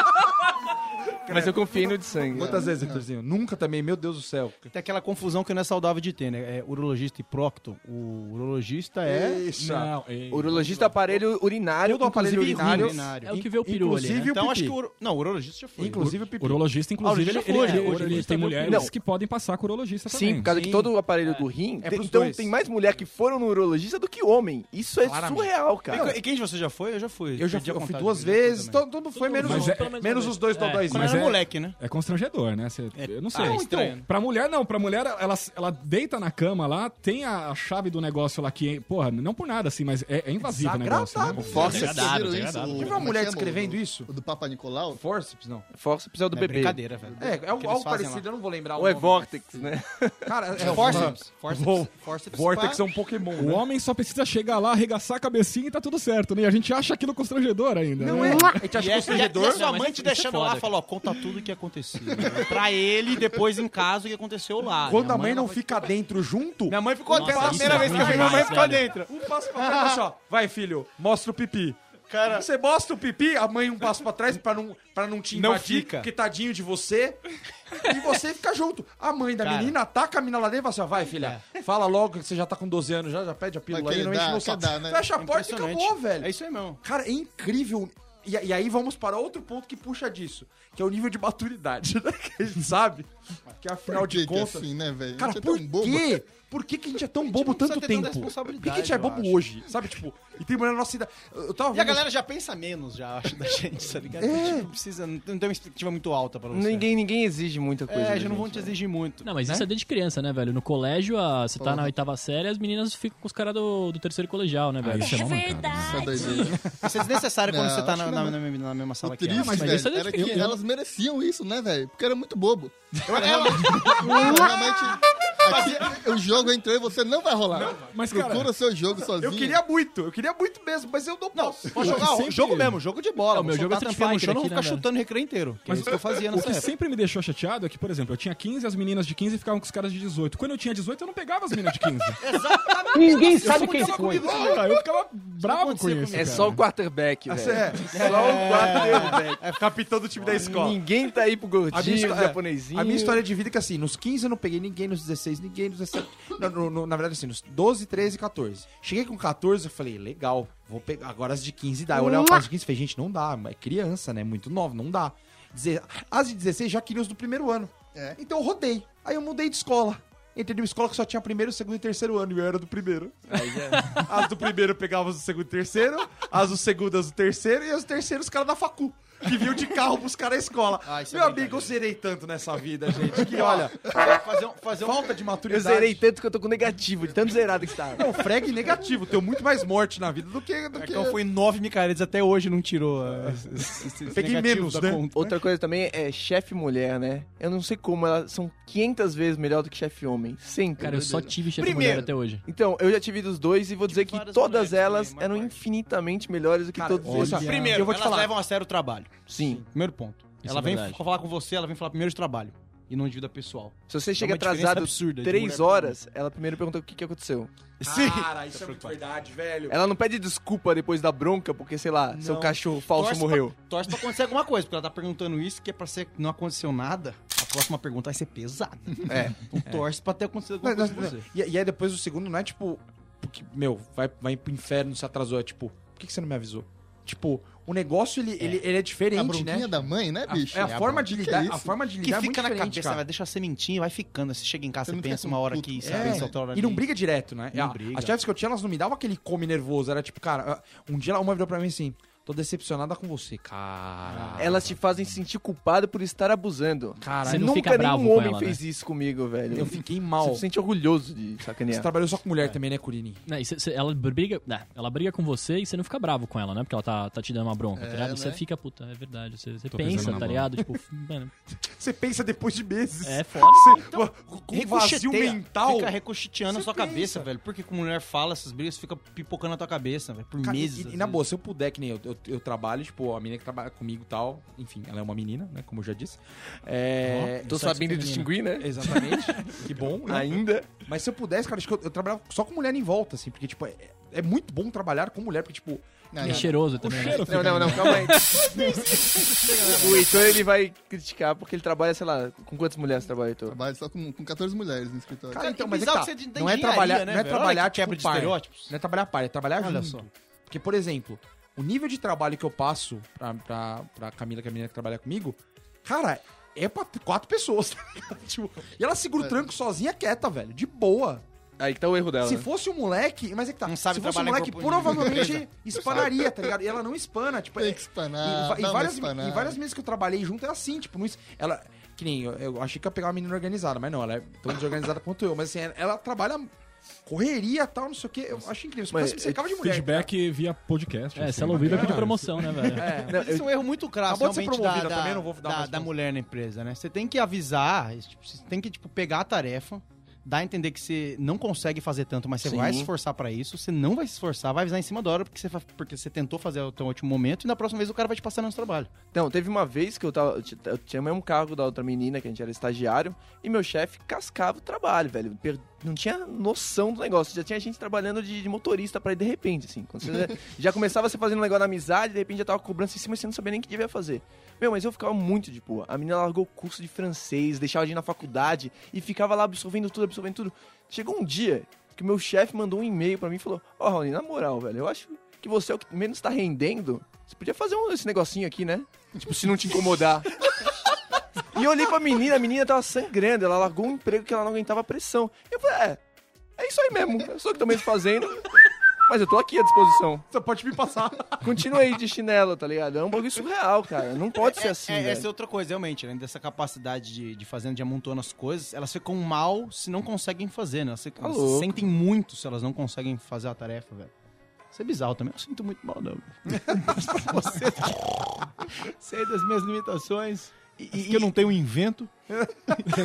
Mas eu confiei no de sangue. quantas vezes, Vitorzinho? Nunca também, meu Deus do céu. Tem aquela confusão que não é saudável de ter, né? É urologista e procto. O urologista é. Isso. Não, é- Urologista, aparelho urinário. Todo aparelho inclusive urinário. rim. né? É o que vê o peru ali, Inclusive né? o Então acho pipi. que o. uro- Não, o urologista já foi. Inclusive o pipi. Urologista, inclusive, Ah, ele, urologista foi, ele- é, ele- urologista tem viu? mulheres Não. que podem passar com urologista Sim, também. por causa que Sim. todo o aparelho do rim. É tem- pros então dois. tem mais mulher que foram no urologista do que homem. Isso é Claramente. surreal, E cara. qu- E quem de vocês já foi? Eu já fui. Eu já Perdi fui, a eu fui contagem, duas eu já fui vezes, também. todo mundo foi Todo menos, mundo, os- mas pelo menos menos um uma os dois vez. É, dodóizinhos. Quando Mas era é- moleque, né? É constrangedor, né? Você- eu não sei. Ah, estranho. Pra mulher, não. Pra mulher, ela, ela deita na cama lá, tem a, a chave do negócio lá que, porra, não por nada assim, mas é, é invasivo o negócio. Né? Desagradável. Vocês Desagradável, viram desagradável. Teve uma como é mulher que chama? descrevendo O- isso? O do Papa Nicolau? Forceps, não. Força precisa do É bebê. brincadeira, velho. É, é que algo eles algo fazem parecido, eu não vou lembrar. Ou é nome. Vortex, [LAUGHS] né? Cara, é, lá. o Forceps. Vou. Forceps. Forceps. Vortex é pá. um Pokémon. O né? homem só precisa chegar lá, arregaçar a cabecinha e tá tudo certo, né? E a gente acha aquilo constrangedor ainda. Não né? é. [LAUGHS] A gente acha E, que é, e, o a servidor. sua Não, mas mãe isso- isso te é deixando lá, foda, falou, ó, conta tudo o que aconteceu. né? pra ele, e depois em casa, o que aconteceu lá. [LAUGHS] Quando Minha a mãe não foi- fica dentro junto. Minha mãe ficou Nossa, até a isso primeira é vez que eu ruim vi minha mãe demais, ficou velho. dentro. Um passo pra trás, assim, ó. Vai, filho, mostra o pipi. Cara, Você mostra o pipi, a mãe um passo pra trás pra não, pra não te Não invadir, fica. porque tadinho de você. E você fica junto. A mãe da Cara. menina ataca a menina lá dentro e fala assim, ó, vai, filha, fala logo que você já tá com 12 anos, já, já pede a pílula Vai aí, querer não enche dar, meu quer saco. dar, né? Fecha a porta e acabou, Impressionante. velho. É isso aí mesmo. Cara, é incrível. E, e aí vamos para outro ponto que puxa disso, que é o nível de maturidade, [LAUGHS] né? Que a gente sabe que afinal Por que de que é contas... assim, né, velho? A Cara, gente é por tão bobo. quê? Por que, que a gente é tão bobo não precisa tanto ter tanta tempo? Por responsabilidade, que, que a gente é eu bobo acho. hoje? Sabe, tipo, e tem mulher na nossa idade. Eu tava E vendo a galera já pensa menos, já, acho, da gente, tá ligado? A gente não precisa, não tem uma expectativa muito alta pra você. Ninguém, ninguém exige muita coisa. da É, já não gente, vão te exigir muito. Não, mas isso é desde criança, né, velho? No colégio, a- você tá na oitava série, as meninas ficam com os caras do, do terceiro colegial, né, Ah, velho? isso é uma mancada. Isso é doideira. Isso é desnecessário quando Não, você tá acho na, que na, não. na mesma- na mesma O sala que triste, ela. mas isso é velho, era que difícil. elas mereciam isso, né, velho? Porque era muito bobo. Eu era realmente... eu realmente- aqui, o jogo entrou e você não vai rolar. mas, cara- Procura o seu jogo sozinho. Eu queria muito, eu queria muito mesmo, mas eu não posso. Pode jogar, sempre- jogo mesmo, jogo de bola. É, o meu Vou jogo é soltar a Street Fighter tampinha no chão, não vou aqui, ficar né, chutando o recreio inteiro. Que é Mas isso que eu [LAUGHS] fazia O nessa que época. sempre me deixou chateado é que, por exemplo, eu tinha 15, as meninas de 15 ficavam com os caras de 18. Quando eu tinha 18, eu não pegava as meninas [LAUGHS] de 15. Ninguém sabe quem ficava foi. comigo, cara. Eu ficava bravo com isso. É cara. só o quarterback, velho. É, Só o quarterback. é capitão do time da escola. Ninguém tá aí pro A minha, gordinho, histó- é, japonesinho. a minha história de vida é que assim, nos 15 eu não peguei ninguém, nos 16 ninguém, nos 17. não, no- no- na verdade, assim, nos 12, 13 e 14. Cheguei com 14, eu falei, legal, vou pegar. Agora as de 15 dá. Eu olhava para as de 15 e falei, gente, não dá, é criança, né? Muito nova, não dá. Deze- As de 16 já queriam os do primeiro ano. É. Então eu rodei. Aí eu mudei de escola. Entrei numa escola que só tinha primeiro, segundo e terceiro ano, e eu era do primeiro. é. [LAUGHS] As do primeiro pegavam as do segundo e terceiro, as do segundo, as do terceiro, e as do terceiro os caras da facu, que vinham de carro buscar a escola. Ah, isso é Meu verdade. amigo, eu zerei tanto nessa vida, gente, que olha, [LAUGHS] Fazer um, fazer um... falta de Eu maturidade. zerei tanto que eu tô com negativo, de tanto zerado que é tá. um Não, frag negativo, tenho muito mais morte na vida do que... Do que... Então foi nove micaretas, até hoje não tirou ah, esse- esse- esses Peguei negativos menos, da né? conta. Outra coisa também é chefe mulher, né? Eu não sei como, elas são 500 vezes melhor do que chefe homem. Sempre. Cara, eu só tive chefe Primeiro. mulher até hoje. Então, eu já tive dos dois e vou dizer que várias todas mulheres também, elas uma eram parte. infinitamente melhores do que Cara, todos olha. eles. Primeiro, eu vou te elas falar. levam a sério o trabalho. Sim. Primeiro ponto. Isso ela é vem verdade. falar com você, ela vem falar primeiro de trabalho e não de vida pessoal. É Se você chega uma diferença atrasado absurda de mulher três pra horas, ela primeiro pergunta o que, que aconteceu. Sim. Ah, Cara, isso é muito verdade, velho. Ela não pede desculpa depois da bronca, porque, sei lá, seu cachorro falso Torce morreu. Pra, torce pra acontecer alguma coisa, porque ela tá perguntando isso, que é pra ser que não aconteceu nada. A próxima pergunta vai ser pesada. É. Então torce pra ter acontecido alguma Não, coisa não, com não. você. E, e aí depois o segundo não é tipo, porque, meu, vai, vai pro inferno, se atrasou. É tipo, por que, que você não me avisou? Tipo, o negócio ele é, ele, ele é A diferente, bronquinha né? da mãe, né, A- bicho? é a forma de Que lidar, que é a isso? forma de Que lidar é muito fica na diferente, cabeça, cara. vai deixar a sementinha e vai ficando. Você chega em casa, Você você não pensa fica uma com hora puto, aqui, né? você É, pensa outra hora e não ali. briga direto, né? Não A- briga. As chefes que eu tinha, elas não me davam aquele come nervoso. Era tipo, cara, um dia uma virou pra mim assim, tô decepcionada com você. Cara, Elas te fazem sentir culpado por estar abusando. cara Você não Nunca fica nenhum bravo com homem ela, né? fez isso comigo, velho. eu fiquei Você mal. se sente orgulhoso de Você sacanear. trabalhou só com mulher também, né, Curini? Né, e cê- cê- ela briga, né, ela briga com você e você não fica bravo com ela, né? Porque ela tá, tá te dando uma É, bronca, tá ligado? E Você né? fica, puta, é verdade. Você você Tô pensa, pensando na tá bola. ligado? Tipo, [LAUGHS] mano, Você pensa depois de meses. é foda. [LAUGHS] Você- com um vazio Então, Ricocheteia. mental. Fica recochiteando a Você sua pensa. cabeça, velho. Por que que mulher fala essas brigas, fica pipocando na tua cabeça, velho, por Cara, e- meses. E, às e na vezes. boa, se eu puder, que nem eu, eu, eu trabalho, tipo, a menina que trabalha comigo e tal, enfim, ela é uma menina, né? Como eu já disse. É. Tô Sexo sabendo feminino. distinguir, né? [LAUGHS] Exatamente. que bom. né? Ainda. Mas se eu pudesse, cara, acho que eu, eu trabalhava só com mulher em volta, assim, porque, tipo, é, é muito bom trabalhar com mulher, porque, tipo, Não, É não, cheiroso também. né? Cheiro, Não, filho. não, não, calma aí. [LAUGHS] o Heitor, ele vai criticar porque ele trabalha, sei lá, com quantas mulheres você trabalha, Heitor? Trabalho só com, com 14 mulheres no escritório. Cara, então, que mas é que bizarro tá. que você tem não é engenharia, trabalhar, né, não é velho? Olha trabalhar que quebra tipo de par. estereótipos. Não é trabalhar par, é trabalhar Olha junto. só. Porque, por exemplo, o nível de trabalho que eu passo pra, pra, pra Camila, que é a menina que trabalha comigo, cara, é pra quatro pessoas, [LAUGHS] tá ligado? Tipo, e ela É. segura o tranco sozinha quieta, velho, de boa. Aí então que tá o erro dela. Se né? fosse um moleque, mas é que tá, Não sabe se fosse um trabalhar em moleque, corpo de [LAUGHS] provavelmente espanaria, tá ligado? E ela não espana, tipo, Tem é, que e, va- espanar, e dá uma várias, espanada. e várias vezes que eu trabalhei junto era assim, tipo, não, es- ela. Que nem eu, eu achei que ia pegar uma menina organizada, mas não, ela é tão desorganizada quanto eu. Mas assim, ela, ela trabalha correria tal, não sei o quê. Eu acho incrível. Você Mas parece que você é acaba de mulher. então. Feedback via podcast. É, assim. se ela ouvir, vai pedir Cara, promoção, né, velho? Não, Ah, Isso é um erro muito crasso, Acabou de ser realmente, promovida da, também, da- não vou dar da- mais um. da ponto. mulher na empresa, né? Você tem que avisar, tipo, você tem que, tipo, pegar a tarefa, dar a entender que você não consegue fazer tanto, mas você Sim. vai se esforçar pra isso, você não vai se esforçar, vai avisar em cima da hora, porque você, fa- porque você tentou fazer até o último momento, e na próxima vez o cara vai te passar no trabalho. Não, teve uma vez que eu, tava, eu ti- eu tinha o mesmo cargo da outra menina, que a gente era estagiário, e meu chefe cascava o trabalho, velho. Per- Não tinha noção do negócio. Já tinha gente trabalhando de, de motorista pra ir de repente, assim. Quando você [LAUGHS] já- já começava você fazendo um negócio na amizade, de repente já tava cobrança em cima e você não sabia nem o que devia fazer. Meu, mas eu ficava muito de boa. A menina largou o curso de francês, deixava de ir na faculdade e ficava lá absorvendo tudo, absorvendo tudo. Chegou um dia que meu chefe mandou um e-mail pra mim e falou: Ó, Raoni, na moral, velho, eu acho que você é o que menos tá rendendo. Você podia fazer um, esse negocinho aqui, né? Tipo, se não te incomodar. e eu olhei pra menina, a menina tava sangrando, ela largou um emprego que ela não aguentava a pressão. Eu falei, é, é isso aí mesmo, eu sou o que tô menos fazendo, mas eu tô aqui à disposição. Você pode me passar. Continua aí de chinelo, tá ligado? É um bagulho surreal, cara, não pode ser assim, É, velho. essa é outra coisa, realmente, né? Dessa capacidade de, de fazenda, de amontoando as coisas, elas ficam mal se não conseguem fazer, né? Elas, ficam- Tá elas louco. sentem muito se elas não conseguem fazer a tarefa, velho. Isso é bizarro também. Eu sinto muito mal, não. [LAUGHS] velho. Mas pra você. [LAUGHS] Sei das minhas limitações. E, que eu não tenho um invento. [LAUGHS]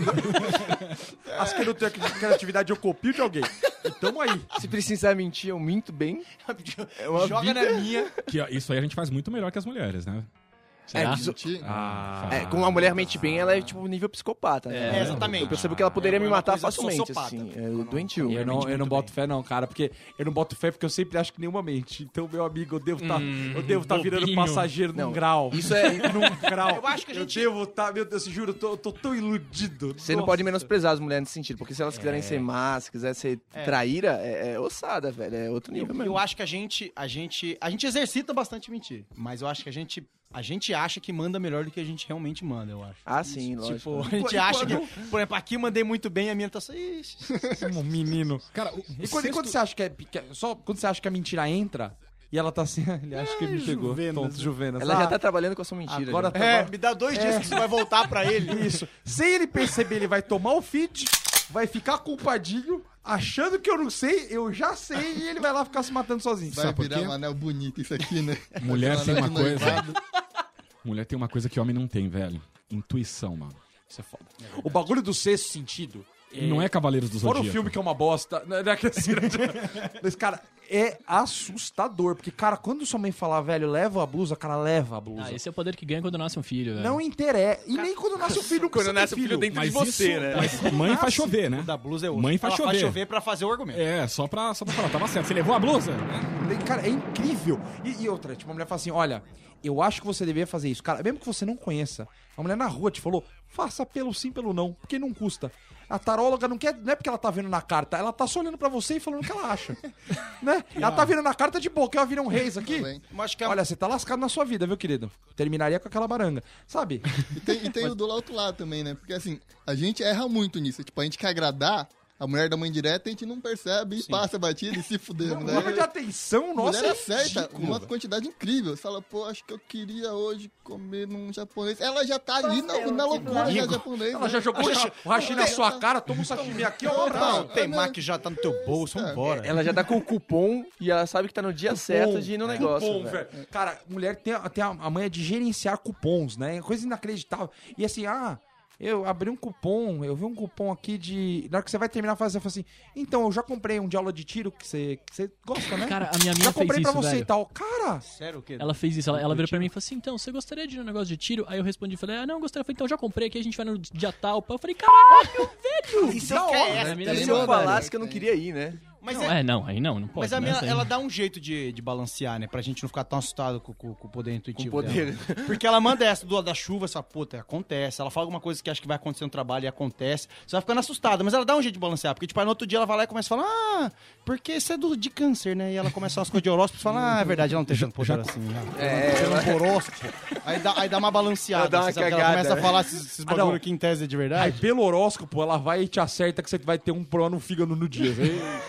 Acho que eu não tenho cri- criatividade, eu copio de alguém. Então aí. Se precisar mentir, eu minto [LAUGHS] bem. [LAUGHS] É uma Joga vida... na minha. Que, ó, isso aí a gente faz muito melhor que as mulheres, né? É, Será? isso- Ti- Ah, é, quando uma mulher mente bem, ela é tipo nível psicopata, né? É, exatamente. Eu percebo que ela poderia É me uma matar coisa facilmente, sociopata. assim. É Quando- doentio. Eu não, eu não boto fé, não, cara, porque eu não boto fé porque eu sempre acho que nenhuma mente. Então, meu amigo, eu devo tá, estar virando bobinho. passageiro Hum, num Não, grau. Isso é, [LAUGHS] Num grau. Eu acho que a gente- Eu devo estar, meu Deus, eu juro, eu tô, eu tô tão iludido. Você não Nossa. É. pode menosprezar as mulheres nesse sentido, porque se elas quiserem ser más, se quiserem ser traíra, é, é ossada, velho. É outro nível Eu, mesmo. eu acho que a gente, a gente. A gente exercita bastante mentir. Mas eu acho que a gente A gente acha que manda melhor do que a gente realmente manda, eu acho. Ah, sim, lógico. Tipo, a gente acha que, [LAUGHS] por exemplo, aqui mandei muito bem, a minha tá só. Ixi, [LAUGHS] Um menino. Cara, o, E quando, e quando você acha que é, que é- Só quando você acha que a mentira entra e ela tá assim. [LAUGHS] Ele acha que ele me pegou. Tonto, Juvenas. Ela já Ah, tá trabalhando com a sua mentira. Agora já. tá. É, me dá dois dias que você vai voltar pra ele. [LAUGHS] Isso. Sem ele perceber, ele vai tomar o feed, vai ficar culpadinho, achando que eu não sei, eu já sei, e ele vai lá ficar se matando sozinho. Vai por virar quê? um anel bonito isso aqui, né? Mulher Vai tem virar um uma anel de coisa. noivado. Mulher tem uma coisa que homem não tem, velho. Intuição, mano. Isso é foda. O bagulho do sexto sentido. Não é Cavaleiros dos Fora Zodíaco. o filme que é uma bosta. Né, né, que assim, né, Mas, cara, é assustador. Porque, cara, quando sua mãe falar, velho, leva a blusa, cara, leva a blusa. Ah, esse é o poder que ganha quando nasce um É. filho, velho. Não interessa. E nem quando nasce o filho. Quando você nasce o um tem filho dentro Mas de você, isso- né? Mas mãe faz chover, né? Da blusa é outra. Mãe faz Ela chover. faz chover pra fazer o argumento. É, só pra, só pra falar, tava certo. Você levou a blusa? Tem- Cara, é incrível. E, e outra, tipo, uma mulher fala assim: olha, eu acho que você deveria fazer isso. Cara, mesmo que você não conheça, a mulher na rua te falou, faça pelo sim, pelo não, porque não custa. A taróloga não quer, não é porque ela tá vendo na carta, ela tá só olhando pra você e falando o que [LAUGHS] ela acha. né? Ela tá vendo na carta de boca, ela vira um reis aqui. bem. Mas acho que é- Olha, você tá lascado na sua vida, viu, querido? Terminaria com aquela baranga. [LAUGHS] Sabe? E tem, e tem o do outro lado também, né? Porque assim, a gente erra muito nisso. Tipo, a gente quer agradar a mulher da mãe direta, a gente não percebe e passa a batida e se fudeu, Um né? nível de atenção, nossa. mulher é acerta ridículo, uma velho. quantidade incrível. Você fala, pô, acho que eu queria hoje comer num japonês. Ela já tá ali na, na loucura já japonês. né? Ela já jogou o hashi na sua cara, toma um sashimi aqui, ó. Não, Não, tem má que já tá no teu bolso, vambora. Ela já tá com o cupom e ela sabe que tá no dia certo de ir né? no negócio. né? Cupom, velho. velho. Cara, mulher tem, a- tem a, a manha de gerenciar cupons, né? É Coisa inacreditável. E assim, ah, eu abri um cupom, eu vi um cupom aqui de. Na hora que você vai terminar a fase, você fala assim: então, eu já comprei um de aula de tiro que você, que você gosta, né? Cara, a minha já amiga fez comprei pra isso, você e velho. tal. Ah, Cara, Sério o quê? Ela fez isso, ela, ela virou pra mim e falou assim: então, você gostaria de ir no negócio de tiro? Aí eu respondi, falei, ah, não, gostaria. Eu falei, então já comprei aqui, a gente vai no dia tal. pá. Eu falei, [LAUGHS] caralho, velho! é Isso eu quero. A mina Tem, E tá se lembrou, eu mano. falasse velho. que eu não queria ir, né? Mas Não, é- é, não, aí não, não pode. Mas a né? minha, Essa aí- ela dá um jeito de, de balancear, né? Pra gente não ficar tão assustado com, com- com o poder intuitivo. poder. dela. Porque ela manda essa do, da chuva, essa puta, acontece. Ela fala alguma coisa que acha que vai acontecer no trabalho e acontece. Você vai ficando assustada, mas ela dá um jeito de balancear. Porque, tipo, aí no outro dia ela vai lá e começa a falar, ah, porque isso é do, de câncer, né? E ela começa umas coisas de horóscopo e fala, ah, é verdade, ela não tem tanto [LAUGHS] poder assim. É, ela... tem um horóscopo. Aí dá, aí dá uma balanceada. Ela dá uma você sabe que cagada, ela começa né? a falar esses, esses Ah, não. bagulho que em tese é de aí verdade. pelo horóscopo, ela vai e te acerta que você vai ter um pró no fígado no dia.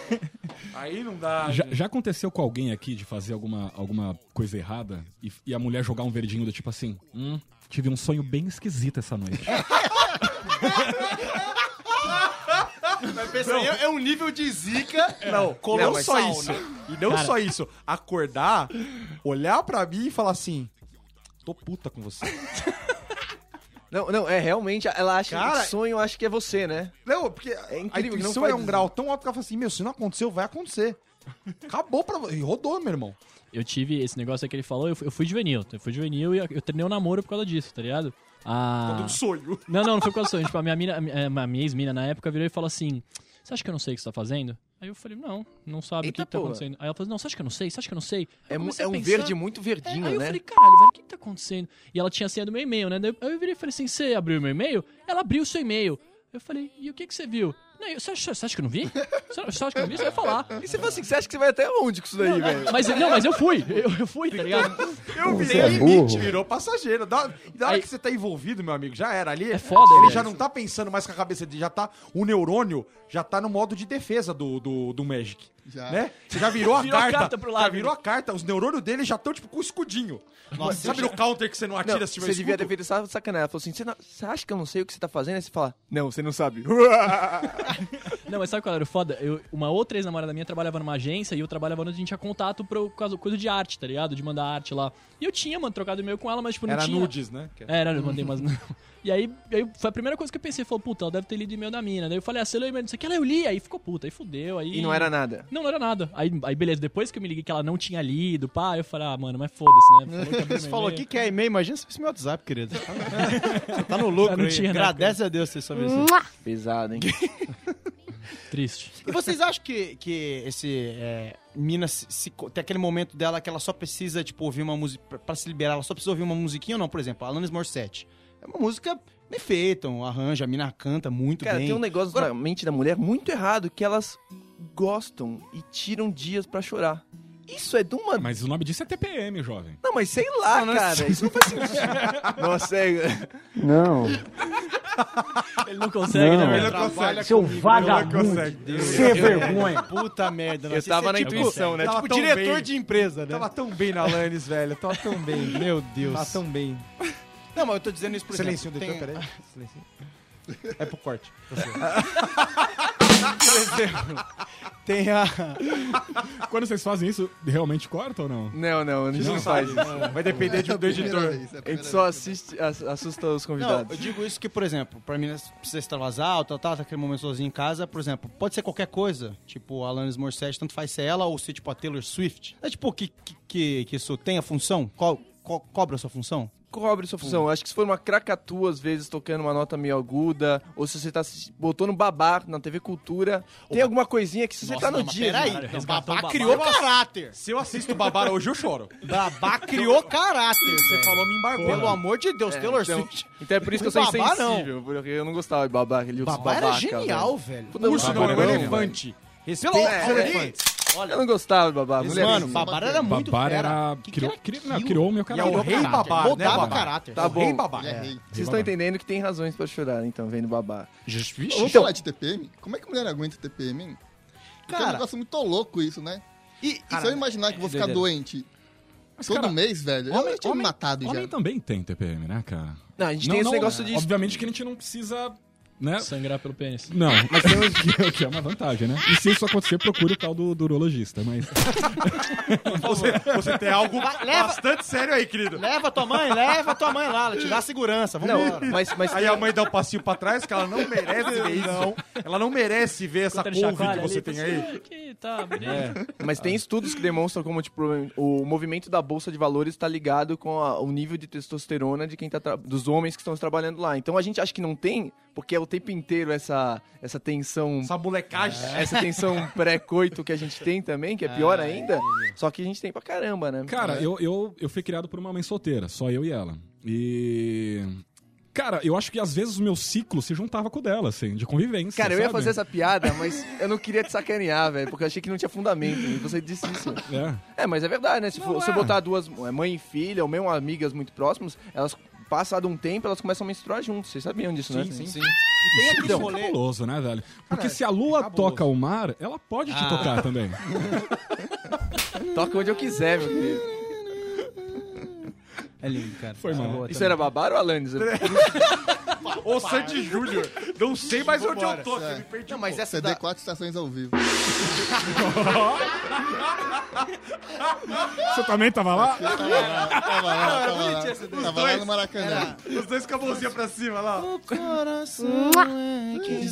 [LAUGHS] aí não dá. Já, já aconteceu com alguém aqui de fazer alguma, alguma coisa errada e, e a mulher jogar um verdinho do tipo assim: hum, tive um sonho bem esquisito essa noite. Mas pensa, é, é um nível de zica. É. Não, É. colou não, mas só sauna. isso. E não só isso. Acordar, olhar pra mim e falar assim: tô puta com você. Não, não, é realmente, ela acha Cara- que sonho acha que é você, né? Não, porque É incrível a que não intuição faz é um isso. grau tão alto que ela fala assim: meu, se não aconteceu, vai acontecer. Acabou pra você. E rodou, meu irmão. Eu tive esse negócio aí que ele falou, eu fui, eu fui juvenil. Eu fui juvenil e eu treinei o namoro por causa disso, tá ligado? Ah. sonho. Não, não, não foi por causa do sonho. Tipo, a minha, mina, a mi- eh, a minha ex-mina na época virou e falou assim: Você acha que eu não sei o que você tá fazendo? Aí eu falei: Não, não sabe o que Eita que tá porra. acontecendo. Aí ela falou: Não, você acha que eu não sei? Você acha que eu não sei? É, Aí eu mu- comecei é a um pensar, verde muito é, verdinho, aí eu né? falei, caralho, velho, o que que tá acontecendo? E ela tinha a senha do meu e-mail, né? Daí eu- Aí eu virei e falei assim, você abriu meu e-mail? Ela abriu o seu e-mail. Eu falei, e o que que você viu? Não, eu- você, acha, você acha que eu não vi? Você você acha que eu não vi? Você vai falar. E você fala assim, você acha que você vai até onde com isso daí, velho? Mas, não, mas eu fui. Eu, eu fui, tá ligado? Eu virei é limite, burro. virou passageiro. Da, da hora Aí- que você tá envolvido, meu amigo, já era. Ali É foda, ele velho. já não tá pensando mais com a cabeça dele, já tá. O neurônio já tá no modo de defesa do, do, do Magic. Já. Né? Você já virou [LAUGHS] a Virou a carta. carta pro já lado. né? virou a carta. Os neurônios dele já estão, tipo, com o escudinho. Nossa, Sabe no counter que você não atira assim, Não, se você tiver devia ter escudo? feito essa sacanagem. Ela falou assim, você não- você acha que eu não sei o que você tá fazendo? Aí você fala, não, você não sabe. [LAUGHS] Não, mas sabe qual era o foda? Eu, uma outra ex-namorada minha trabalhava numa agência e eu trabalhava onde a gente tinha contato pra coisa de arte, tá ligado? De mandar arte lá. E eu tinha, mano, trocado e-mail com ela, mas tipo, não Era tinha. nudes, né? É, não, eu mandei umas. e aí, aí foi a primeira coisa que eu pensei. Falei, puta, ela deve ter lido e-mail da mina. Daí eu falei, ah, você leu e-mail, não sei o que. Ela, eu li. Aí ficou puta, aí fudeu. Aí... E não era nada. Não, não era nada. Aí, aí, beleza, depois que eu me liguei que ela não tinha lido, pá, eu falei, ah, mano, mas foda-se, né? Falou que abriu Você meu falou e-mail. aqui que é e-mail, imagina se fosse meu WhatsApp, querido. Você tá no lucro, Eu não aí. tinha, né, Agradece a Deus que você soube isso. Pesado, hein? Triste. E vocês acham que, que esse. É, Mina se- se co- tem aquele momento dela que ela só precisa, tipo, ouvir uma música. pra- Pra se liberar, ela só precisa ouvir uma musiquinha ou não? Por exemplo, Alanis Morissette. É uma música bem feita, um arranjo, a mina canta muito Cara, bem. tem um negócio Agora- na mente da mulher muito errado que elas gostam e tiram dias pra chorar. Isso é de uma. Mas o nome disso é TPM, jovem. Não, mas sei lá, é assim. cara. Isso não [LAUGHS] faz sentido. Nossa, é. Não. Ele não consegue, Não. né? Ele velho? consegue Seu comigo, vagabundo. não consegue. Sem vergonha. Puta merda. Eu tava na intuição, né? Tava Tipo, um tipo diretor diretor de empresa, né? Tava tão bem na Lannis, velho. Tava tão bem. Meu Deus. Tava tão bem. Não, mas eu tô dizendo isso por Silencinho do exemplo. tem- [LAUGHS] editor, peraí. [LAUGHS] Silencinho. É pro corte. Tem a... [LAUGHS] Quando vocês fazem isso, realmente corta ou não? Não, não, a gente não faz isso. Vai depender de um do editor. É A gente só assiste, ass- assusta os Não, convidados. eu digo isso que, por exemplo, pra mim, né, se você extravasar, tal, tal, tá aquele momento sozinho em casa, por exemplo, pode ser qualquer coisa. Tipo, a Alanis Morissette, tanto faz ser ela ou ser, tipo, a Taylor Swift. É, tipo, que, que- que, que isso tem a função? Co co cobra a sua função? cobre sua Hum. função. Acho que se for uma cracatua, às vezes, tocando uma nota meio aguda, ou se você tá assisti- botando babar na TV Cultura, tem alguma coisinha que se você tá no dia. Peraí, cara, então, resgatou babá o babá. criou caráter. Se eu assisto Babar hoje, eu [LAUGHS] choro. [LAUGHS] Babá criou caráter. Você falou me embarcou. Pelo amor de Deus, É, Taylor então- Swift. Então é por isso que eu sou Babá, [LAUGHS] insensível, porque eu não gostava de babar, aquele urso Babá era babaca, genial, velho. velho. Puta, Urso não, é um babarão, elefante. Respeita Pelo os amor de elefantes. velho. é, Eu não gostava de babar. mulher. Mano, Babar era muito Babar fera. era. Que que Criou, era cri- aquilo? não, Ah, criou o é meu canal. o rei babá, né, Mudava babá? caráter. Tá bom. Ele é rei. Rei Vocês estão babar. entendendo que tem razões pra chorar, então, vendo Então- babar. Vamos falar de TPM? Como é que mulher aguenta TPM, hein? Porque é um Cara, negócio muito louco isso, né? e, se eu imaginar que eu vou ficar doente todo cara, mês, velho, eu Homem, já tinha me homem- matado homem já. também tem TPM, né, cara? Não, a gente tem esse negócio de. Obviamente que a gente não precisa. Né? Sangrar pelo pênis. [LAUGHS] Não, mas tem uns [LAUGHS] que, que é uma vantagem, né? E se isso acontecer, procure o tal do, do urologista. Mas Você tem algo Vai, leva- bastante sério aí, querido. Leva tua mãe, leva tua mãe lá, ela te dá segurança. Vamos Não, embora. mas, mas Aí a mãe dá um passinho pra trás, que ela não merece ver isso. Ela não merece ver essa Quando ele couve que chacoalha você ali, tem tá aí. assim, "Ah, Aqui, tá, bonito. [LAUGHS] Mas tem estudos que demonstram como tipo, o movimento da bolsa de valores está ligado com a- o nível de testosterona de quem tá tra- dos homens que estão trabalhando lá. Então a gente acha que não tem, porque é o tempo inteiro essa, essa tensão. é, Essa molecagem. Essa tensão pré-coito que a gente tem também, que é pior ainda. Só que a gente tem pra caramba, né? Cara, eu, eu, eu fui criado por uma mãe solteira, só eu e ela. E. Cara, eu acho que às vezes o meu ciclo se juntava com o dela, assim, de convivência. Cara, eu ia sabe? fazer essa piada, mas eu não queria te sacanear, velho, porque eu achei que não tinha fundamento. E você disse isso. É. É, mas é verdade, né? Se Não for- se é. botar duas é, mãe e filha, ou mesmo amigas muito próximas, elas, passado um tempo, elas começam a menstruar juntas. Vocês sabiam disso, né? Então, tá sim. Tem aquele isso é rolê- cabuloso, né, velho? Porque se a lua toca o mar, ela pode Ah. te tocar também. Toca onde eu quiser, meu querido. É lindo, cara. Foi mal. Isso era babar ou [LAUGHS] Alanis? Ou Sandy Júnior. Não sei mais onde eu tô. É. Me perdi. um Não, mas essa CD da... quatro estações [LAUGHS] ao vivo. Você também tava lá? Tava lá, tava lá, bonitinha essa daí. tava lá no Maracanã. Os dois com a mãozinha pra cima lá. O coração é que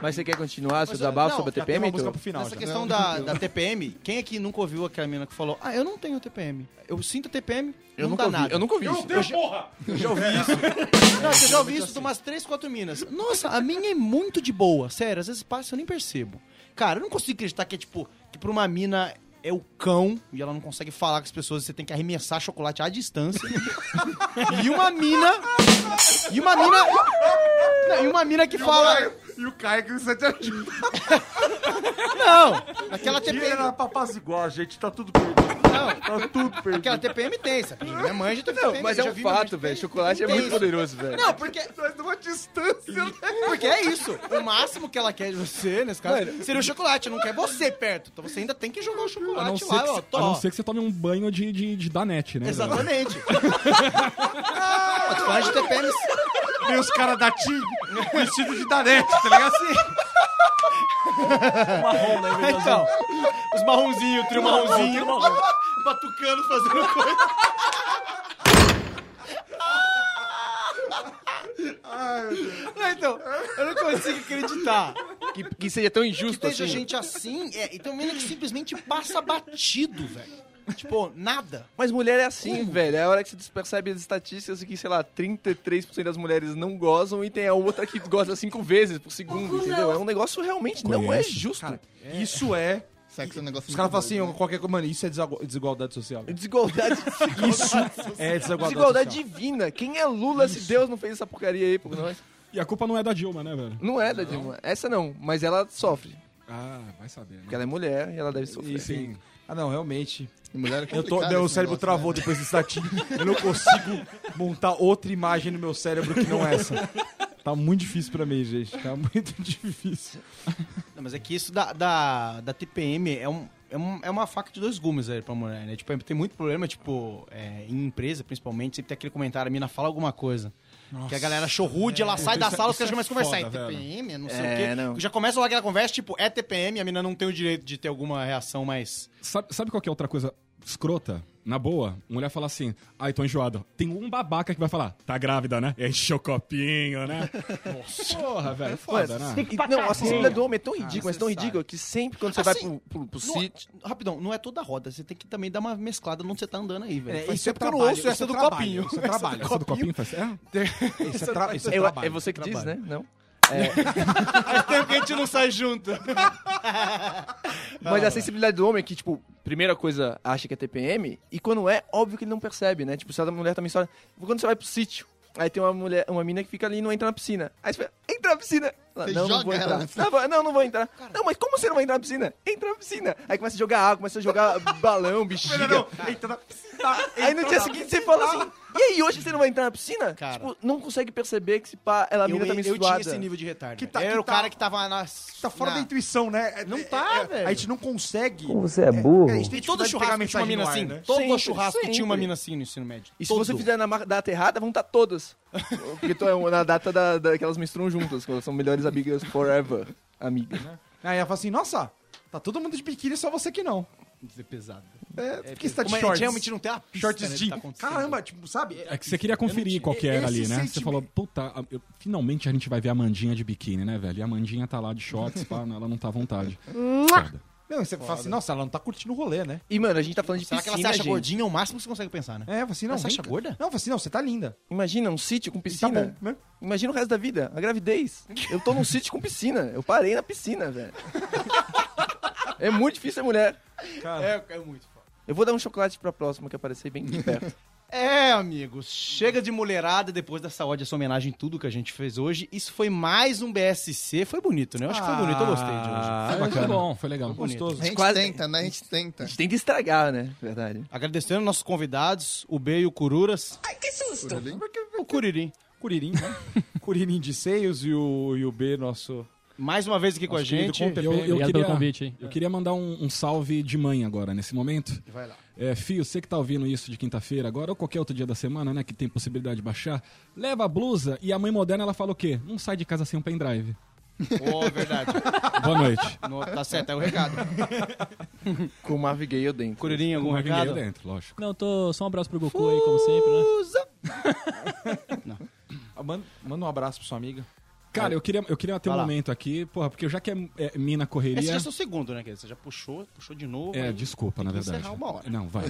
Mas você quer continuar seu desabafo não, sobre a já TPM, tá, Música Heitor? pro final. Essa já. questão da, da TPM, quem aqui nunca ouviu aquela menina que falou, ah, eu não tenho TPM. Eu sinto TPM, Eu não nunca dá ouvi, nada. eu nunca ouvi isso. [LAUGHS] Eu já- É. Não, eu já ouvi isso de umas 3, 4 minas. Nossa, a minha é muito de boa. Sério, às vezes passa e eu nem percebo. Cara, eu não consigo acreditar que é tipo, que pra uma mina é o cão e ela não consegue falar com as pessoas, você tem que arremessar chocolate à distância. [LAUGHS] e uma mina. E uma mina. Não, e uma mina que fala. E o Caio que você te ajuda. Não! Aquela Tira TPM. ela pra paz igual, gente. Tá tudo perdido. Não, Tá tudo perdido. aquela TPM tem, sabe? é Minha mãe já teve Não, TPM. mas eu é já um vi minha mãe fato, de velho. TPM. Chocolate é Tem muito isso. poderoso, velho. Não, porque Mas numa distância, né? Porque é isso. O máximo que ela quer de você, nesse caso, seria o chocolate. Não quer você perto. Então você ainda tem que jogar o A não, chocolate ser que, você- lá, ó. a Tó. não ser que você tome um banho de, de, de danete, né? velho? [LAUGHS] Exatamente. Ah, tô falando de TPM. Vem os caras da TIM vestido de Danete, tá ligado? Assim. né, Então, os marronzinhos, o trio marronzinho. Batucando, fazendo coisa. Não, então, eu não consigo acreditar. Que, que seja tão que injusto esteja assim. gente assim, é, e tem menina que simplesmente passa batido, velho. Tipo, nada. Mas mulher é assim, velho. É a hora que você percebe as estatísticas que, sei lá, 33% das mulheres não gozam e tem a outra que goza cinco vezes por segundo, entendeu? É um negócio realmente não é Conhece? justo. Isso é. Sexo é um negócio Os caras muito falam assim, ó, qualquer coisa. Mano, isso é desigual- desigualdade social. Desigualdade, Isso é desigualdade, desigualdade social. divina. Quem é Lula se Deus não fez essa porcaria aí por nós? E a culpa não é da Dilma, né, velho? Não é da Dilma. Essa não, mas ela sofre. Ah, vai saber. né? Porque ela é mulher e ela deve sofrer. Sim. Ah, não, realmente. Mulher é Eu tô, complicado meu esse cérebro negócio, travou né? [LAUGHS] depois desse datinho. Eu não consigo montar outra imagem no meu cérebro que não é essa. Tá muito difícil pra mim, gente. Tá muito [LAUGHS] difícil. Não, mas é que isso da, da, da TPM é, um, é, um- é uma faca de dois gumes aí pra mulher, né? Tipo, tem muito problema, tipo, é, em empresa, principalmente, sempre tem aquele comentário, a mina fala alguma coisa. Que a galera achou rude, ela sai da isso é- sala, os isso é caras começam a conversar. foda, é velho. TPM, não sei É, o quê. não. Já começa logo aquela conversa, tipo, é TPM, a mina não tem o direito de ter alguma reação mais. Sabe, sabe qual que é outra coisa escrota? Na boa, mulher fala assim, ai, tô enjoada. Tem um babaca que vai falar, tá grávida, né? E aí, chocopinho, né? Nossa. Porra, velho, foda, Ué, né? e- não, a acessibilidade cadeia. do homem é tão ridícula, mas tão ridícula que sempre quando você vai Assim, pro, pro, pro Não- sítio. rapidão, não é toda roda. Você tem que também dar uma mesclada onde você tá andando aí, velho. Faz isso é tempo que eu não trabalho, ouço isso essa é do trabalho, copinho. isso é trabalho. Essa do copinho faz... É? Isso é, tra isso é Eu- trabalho. é você que diz, né? Não. Faz tempo que a gente não sai junto. Mas a sensibilidade do homem é que, tipo, primeira coisa acha que é TPM, e quando é, óbvio que ele não percebe, né? Tipo, se a mulher também só. Quando você vai pro sítio, aí tem uma mulher, uma mina que fica ali e não entra na piscina. Aí você fala, entra na piscina! Ela, Você não, não joga vou ela entrar. na piscina. Ela fala, não, não vou entrar. Não, mas como você não vai entrar na piscina? Entra na piscina. Aí começa a jogar água, começa a jogar balão, bexiga. Eita, na piscina. Aí no dia seguinte você fala assim, e aí, hoje você não vai entrar na piscina? Cara. Tipo, não consegue perceber que se pá, ela a Eu, mina tá eu menstruada. tinha esse nível de retardo. Que né? velho. tá- Era que o tá- cara que tava na. Tá fora na- da intuição, né? Não É- tá, é- velho. A gente não consegue. Você é burro. a gente tem E todo dificuldade de pegar churrasco tinha uma mensagem mina no ar, assim. né? Todo Sempre, churrasco tinha uma sempre. mina assim no ensino médio. E se Todo. você fizer na mar- data errada, vão estar todas. Porque tu é um- na data da, da- que elas menstruam juntas, quando elas são melhores amigas forever. Amiga. Aí ela fala assim, nossa, tá todo mundo de biquíni, só você que não. É pesado. É, por que você tá de Como é, shorts? realmente não tem a pista, shorts né, que de... tá acontecendo. Caramba, tipo, sabe? É que você queria conferir qual que era Esse ali, né? Você sentimento- falou, puta, eu- finalmente a gente vai ver a Mandinha de biquíni, né, velho? E a Mandinha tá lá de shorts, pá, [LAUGHS] ela não tá à vontade. Foda. Não, você fala assim, nossa, ela não tá curtindo o rolê, né? E, mano, a gente tá falando de Será que ela se piscina, acha gente. gordinha? É o máximo que você consegue pensar, né? É, eu falo assim, não, Mas você vem acha cá. gorda? Não, eu falo assim, não, você tá linda. Imagina, um sítio com E tá piscina. bom, né? Imagina o resto da vida, a gravidez. Eu tô num sítio com piscina. Eu parei na piscina, [LAUGHS] velho. É muito difícil ser mulher. É, é muito. Eu vou dar um chocolate pra próxima que aparecer bem de perto. É, amigos, chega de mulherada depois dessa ódio, essa homenagem, tudo que a gente fez hoje. Isso foi mais um BSC. Foi bonito, né? Eu acho que foi bonito, eu gostei de hoje. Ah, Foi bacana. bom, foi legal. Gostoso. A gente Quase- tenta, né? A gente tenta. A gente tem que estragar, né? Verdade. Agradecendo nossos convidados, o B e o Cururas. Curirim. O Curirim. Curirim, né? Curirim de seios e o, e o B, nosso... [LAUGHS] Mais uma vez aqui com a querido gente. convidado. Eu, eu Obrigado queria, pelo convite, hein? Eu queria mandar um, um salve de mãe agora, nesse momento. Vai lá. É, Fio, você que tá ouvindo isso de quinta-feira agora, ou qualquer outro dia da semana, né, que tem possibilidade de baixar, leva a blusa e a mãe moderna, ela fala o quê? Não sai de casa sem um pendrive. Oh, verdade. [LAUGHS] Boa noite. No- tá certo, é o recado. Com o Marvin Gaye eu dentro. Curirim, algum Não vai ninguém recado? dentro, lógico. Não, tô. Só um abraço pro Goku aí, como sempre, né? [LAUGHS] Ah, Manda, manda um abraço pra sua amiga. Cara, eu queria, eu queria ter um Vai lá. momento aqui, porra, porque já que é, é mina Esse correria... já é seu segundo, né, querido? Você já puxou, puxou de novo. É, aí- desculpa, na que verdade. encerrar uma hora. Não, vai.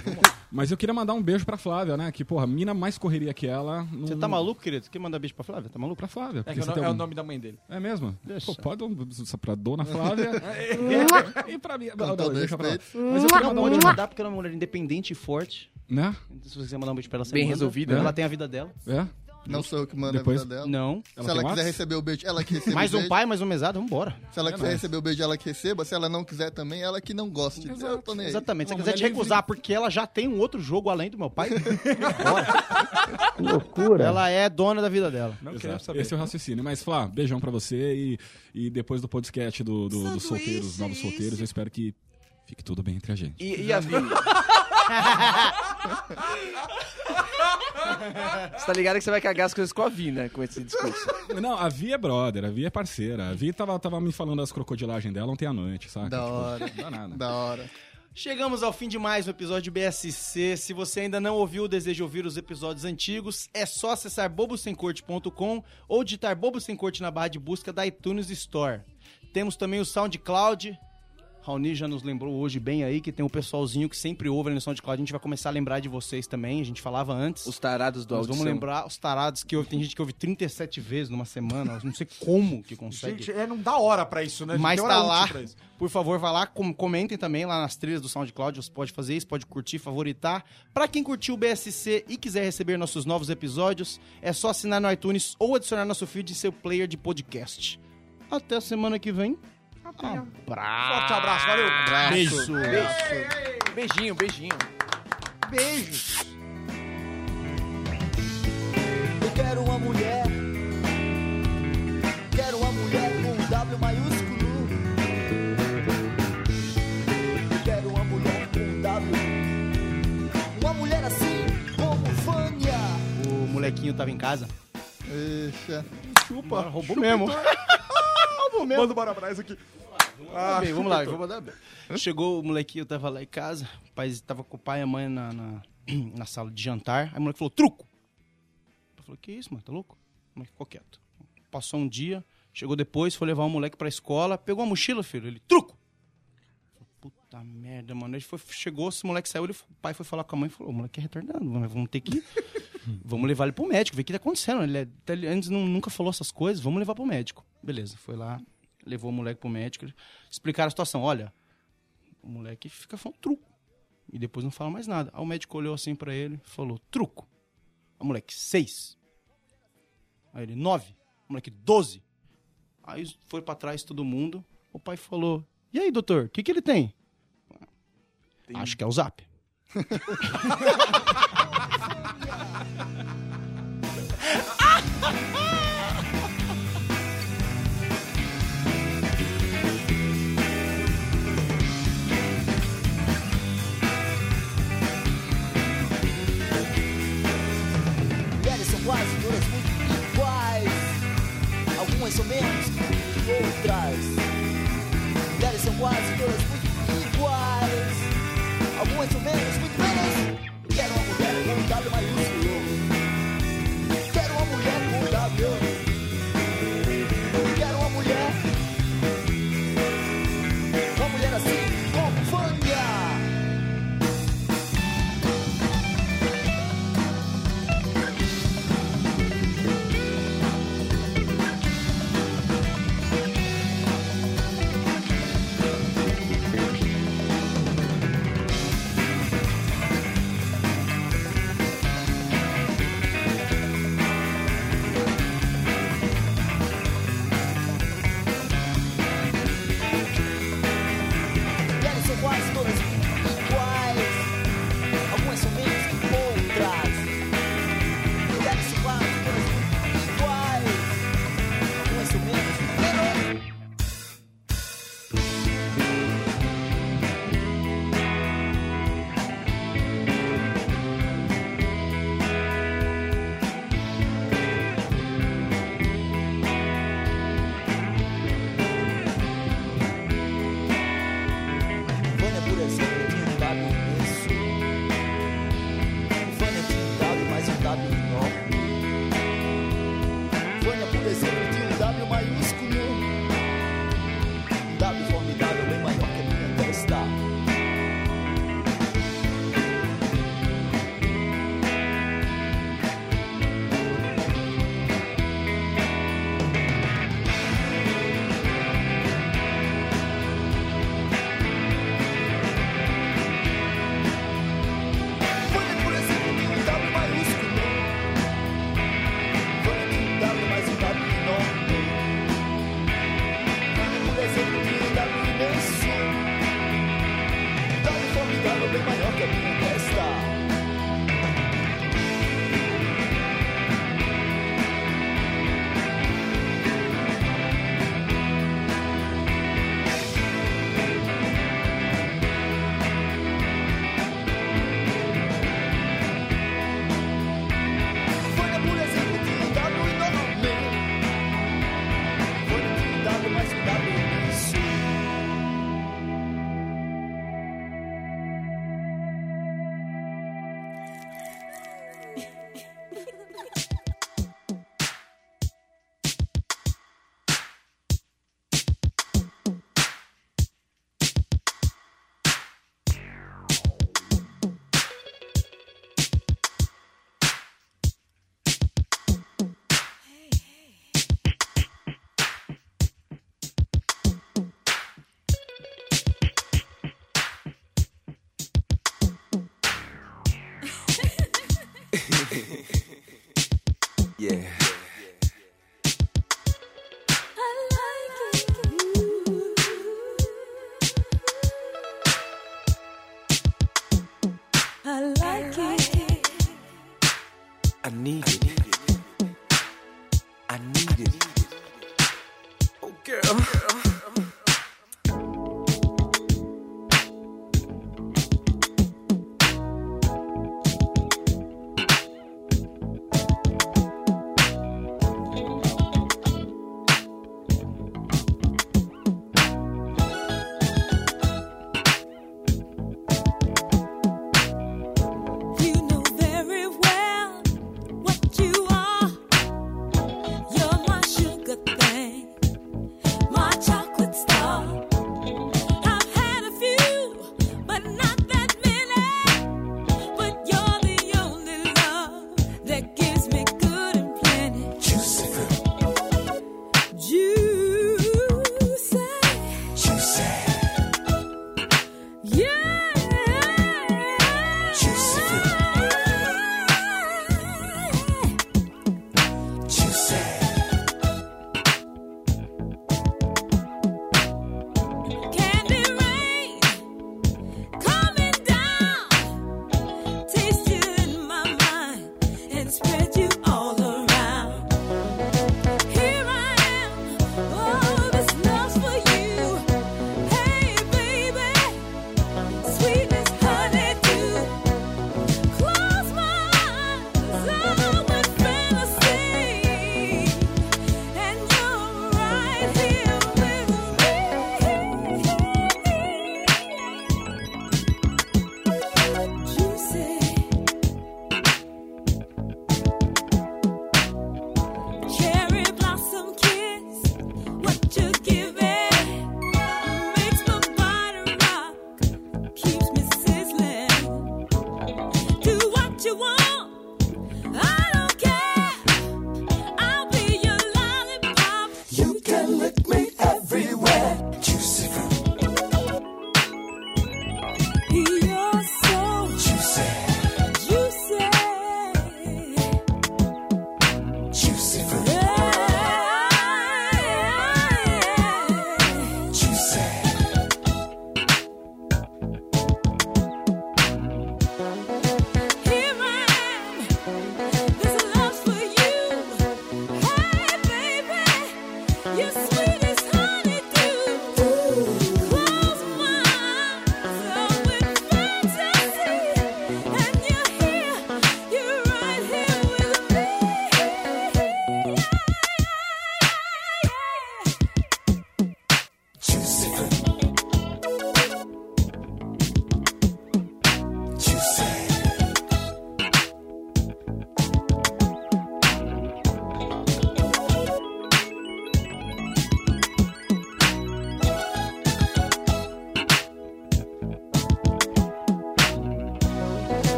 Mas eu queria mandar um beijo pra Flávia, né? Que, porra, mina mais correria que ela. não- Você tá maluco, querido? Quer mandar beijo pra Flávia? Tá maluco? Pra Flávia. É, porque você o, tem um- nome da mãe dele. É mesmo? Deixa. Pô, pode dar um só pra dona [LAUGHS] Flávia. [LAUGHS] e pra mim. Não, todo não, deixa pra lá. respeito. Mas eu queria mandar um Pode beijo. mandar, porque ela é uma mulher independente e forte. Né? Então, Se você mandar um beijo pra ela, você Bem manda. resolvida, Ela né? tem a vida dela. É? Não sou eu que mando Depois- a vida dela. Não. Se ela tem quiser WhatsApp? receber o beijo, [LAUGHS] ela que recebe Mais o um beijo. pai, mais um mesado, vambora. Se É ela quiser receber o beijo, ela que receba. Se ela não quiser também, ela que não goste. Eu tô nem aí. Exatamente. Se Uma você quiser te mulher recusar porque ela já tem um outro jogo além do [LAUGHS] meu pai, Que loucura. ela é dona da vida dela. Não Exato. queremos saber. Esse é o raciocínio. Mas, Flá, beijão pra você e, e depois do podcast do, do- dos solteiros, novos solteiros, eu espero que fique tudo bem entre a gente. E, e a vida? Você tá ligado que você vai cagar as coisas com a Vi, né? Com esse discurso. Não, a Vi é brother, a Vi é parceira. A Vi tava, tava me falando das crocodilagens dela ontem à noite, saca? Da Tipo, hora. não dá nada. Da hora. Chegamos ao fim de mais um episódio de BSC. Se você ainda não ouviu ou deseja ouvir os episódios antigos, é só acessar bobosemcorte.com ou digitar Bobo Sem Corte na barra de busca da iTunes Store. Temos também o SoundCloud. Raoni já nos lembrou hoje bem aí que tem um pessoalzinho que sempre ouve ali no SoundCloud. A gente vai começar a lembrar de vocês também. A gente falava antes. Os tarados do Nós audição. vamos lembrar os tarados que ouve. Tem gente que ouve 37 vezes numa semana. Eu não sei como que consegue. Gente, é, não dá hora pra isso, né? Não Mas tem hora tá útil lá. pra isso. Por favor, vá lá, com- comentem também lá nas trilhas do SoundCloud. Você pode fazer isso, pode curtir, favoritar. Pra quem curtiu o BSC e quiser receber nossos novos episódios, é só assinar no iTunes ou adicionar nosso feed em seu player de podcast. Até a semana que vem. Ah, Rafinha. Forte abraço, valeu. Beijo. Beijinho, beijinho. Beijo. Eu quero uma mulher. Quero uma mulher com um W maiúsculo. Eu quero uma mulher com um W. Uma mulher assim como Vânia. O molequinho tava em casa. é. Ixi. Chupa. Roubou [LAUGHS] mesmo. Roubou mesmo. Manda o Barabras aqui. Ah, bem, vamos lá, chupa. vou mandar bem. Chegou o molequinho, tava lá em casa, o pai tava com o pai e a mãe na, na, [CLEARS THROAT] na sala de jantar. Aí o moleque falou, truco! Eu falei, que isso, mano, tá louco? O moleque ficou quieto. Passou um dia, chegou depois, foi levar o moleque pra escola, pegou a mochila, filho, ele, truco! Eu falei, Puta merda, mano. Ele foi, chegou, esse moleque saiu, ele, o pai foi falar com a mãe e falou, o moleque é retardado, mas vamos ter que... Vamos levar ele pro médico, ver o que tá acontecendo. Ele, é- ele antes não- nunca falou essas coisas, vamos levar pro médico. Beleza, foi lá, levou o moleque pro médico, eles explicaram a situação. Olha, o moleque fica falando truco. E depois não fala mais nada. Aí o médico olhou assim pra ele e falou, truco. Aí o moleque, seis. Aí ele, nove. O moleque, doze. Aí foi pra trás todo mundo. O pai falou, e aí, doutor, o que, que ele tem? Acho que é o zap. Mulheres são quase todas muito iguais. Algumas são menos que outras. Mulheres são quase todas muito iguais. Algumas são menos, muito menos. Quero uma mulher com W maiúsculo. Quero uma mulher com W. Quero uma mulher. Uma mulher assim, como Vânia. Mulheres são quase todas iguais. Algumas são menos que outras. Mulheres são quase todas muito iguais. Algumas são menos que menos. Vânia, por exemplo, tinha um W imenso. Vânia tinha um W mais um W enorme. Vânia, por exemplo, tinha um W maiúsculo. Um W formidável, bem maior que a minha testa. Vânia, por exemplo, tinha um W maiúsculo. Vânia tinha um W mais um W enorme. Vânia, por exemplo, tinha um W imenso. Um W formidável, bem maior que a minha testa. Vânia, por exemplo, tinha um W enorme. Vânia tinha um W mais um W imenso. [LAUGHS] Yeah. I like it. assim. I need it. I need it. Oh, girl. You know very well what you are. You're my sugar thing, my chocolate star. I've had a few, but not that many. But you're the only love that gives me good and plenty. Juicy, juicy, juicy. Yeah. Candy rain coming down, taste you in my mind and spread you all around. Here I am, oh this love's for you. Hey baby, sweetness honey do. Close my eyes, I would fantasy, and you're right here with me. Juicy, cherry blossom kiss. What you give it makes my body rock, keeps me sizzling. Do what you want.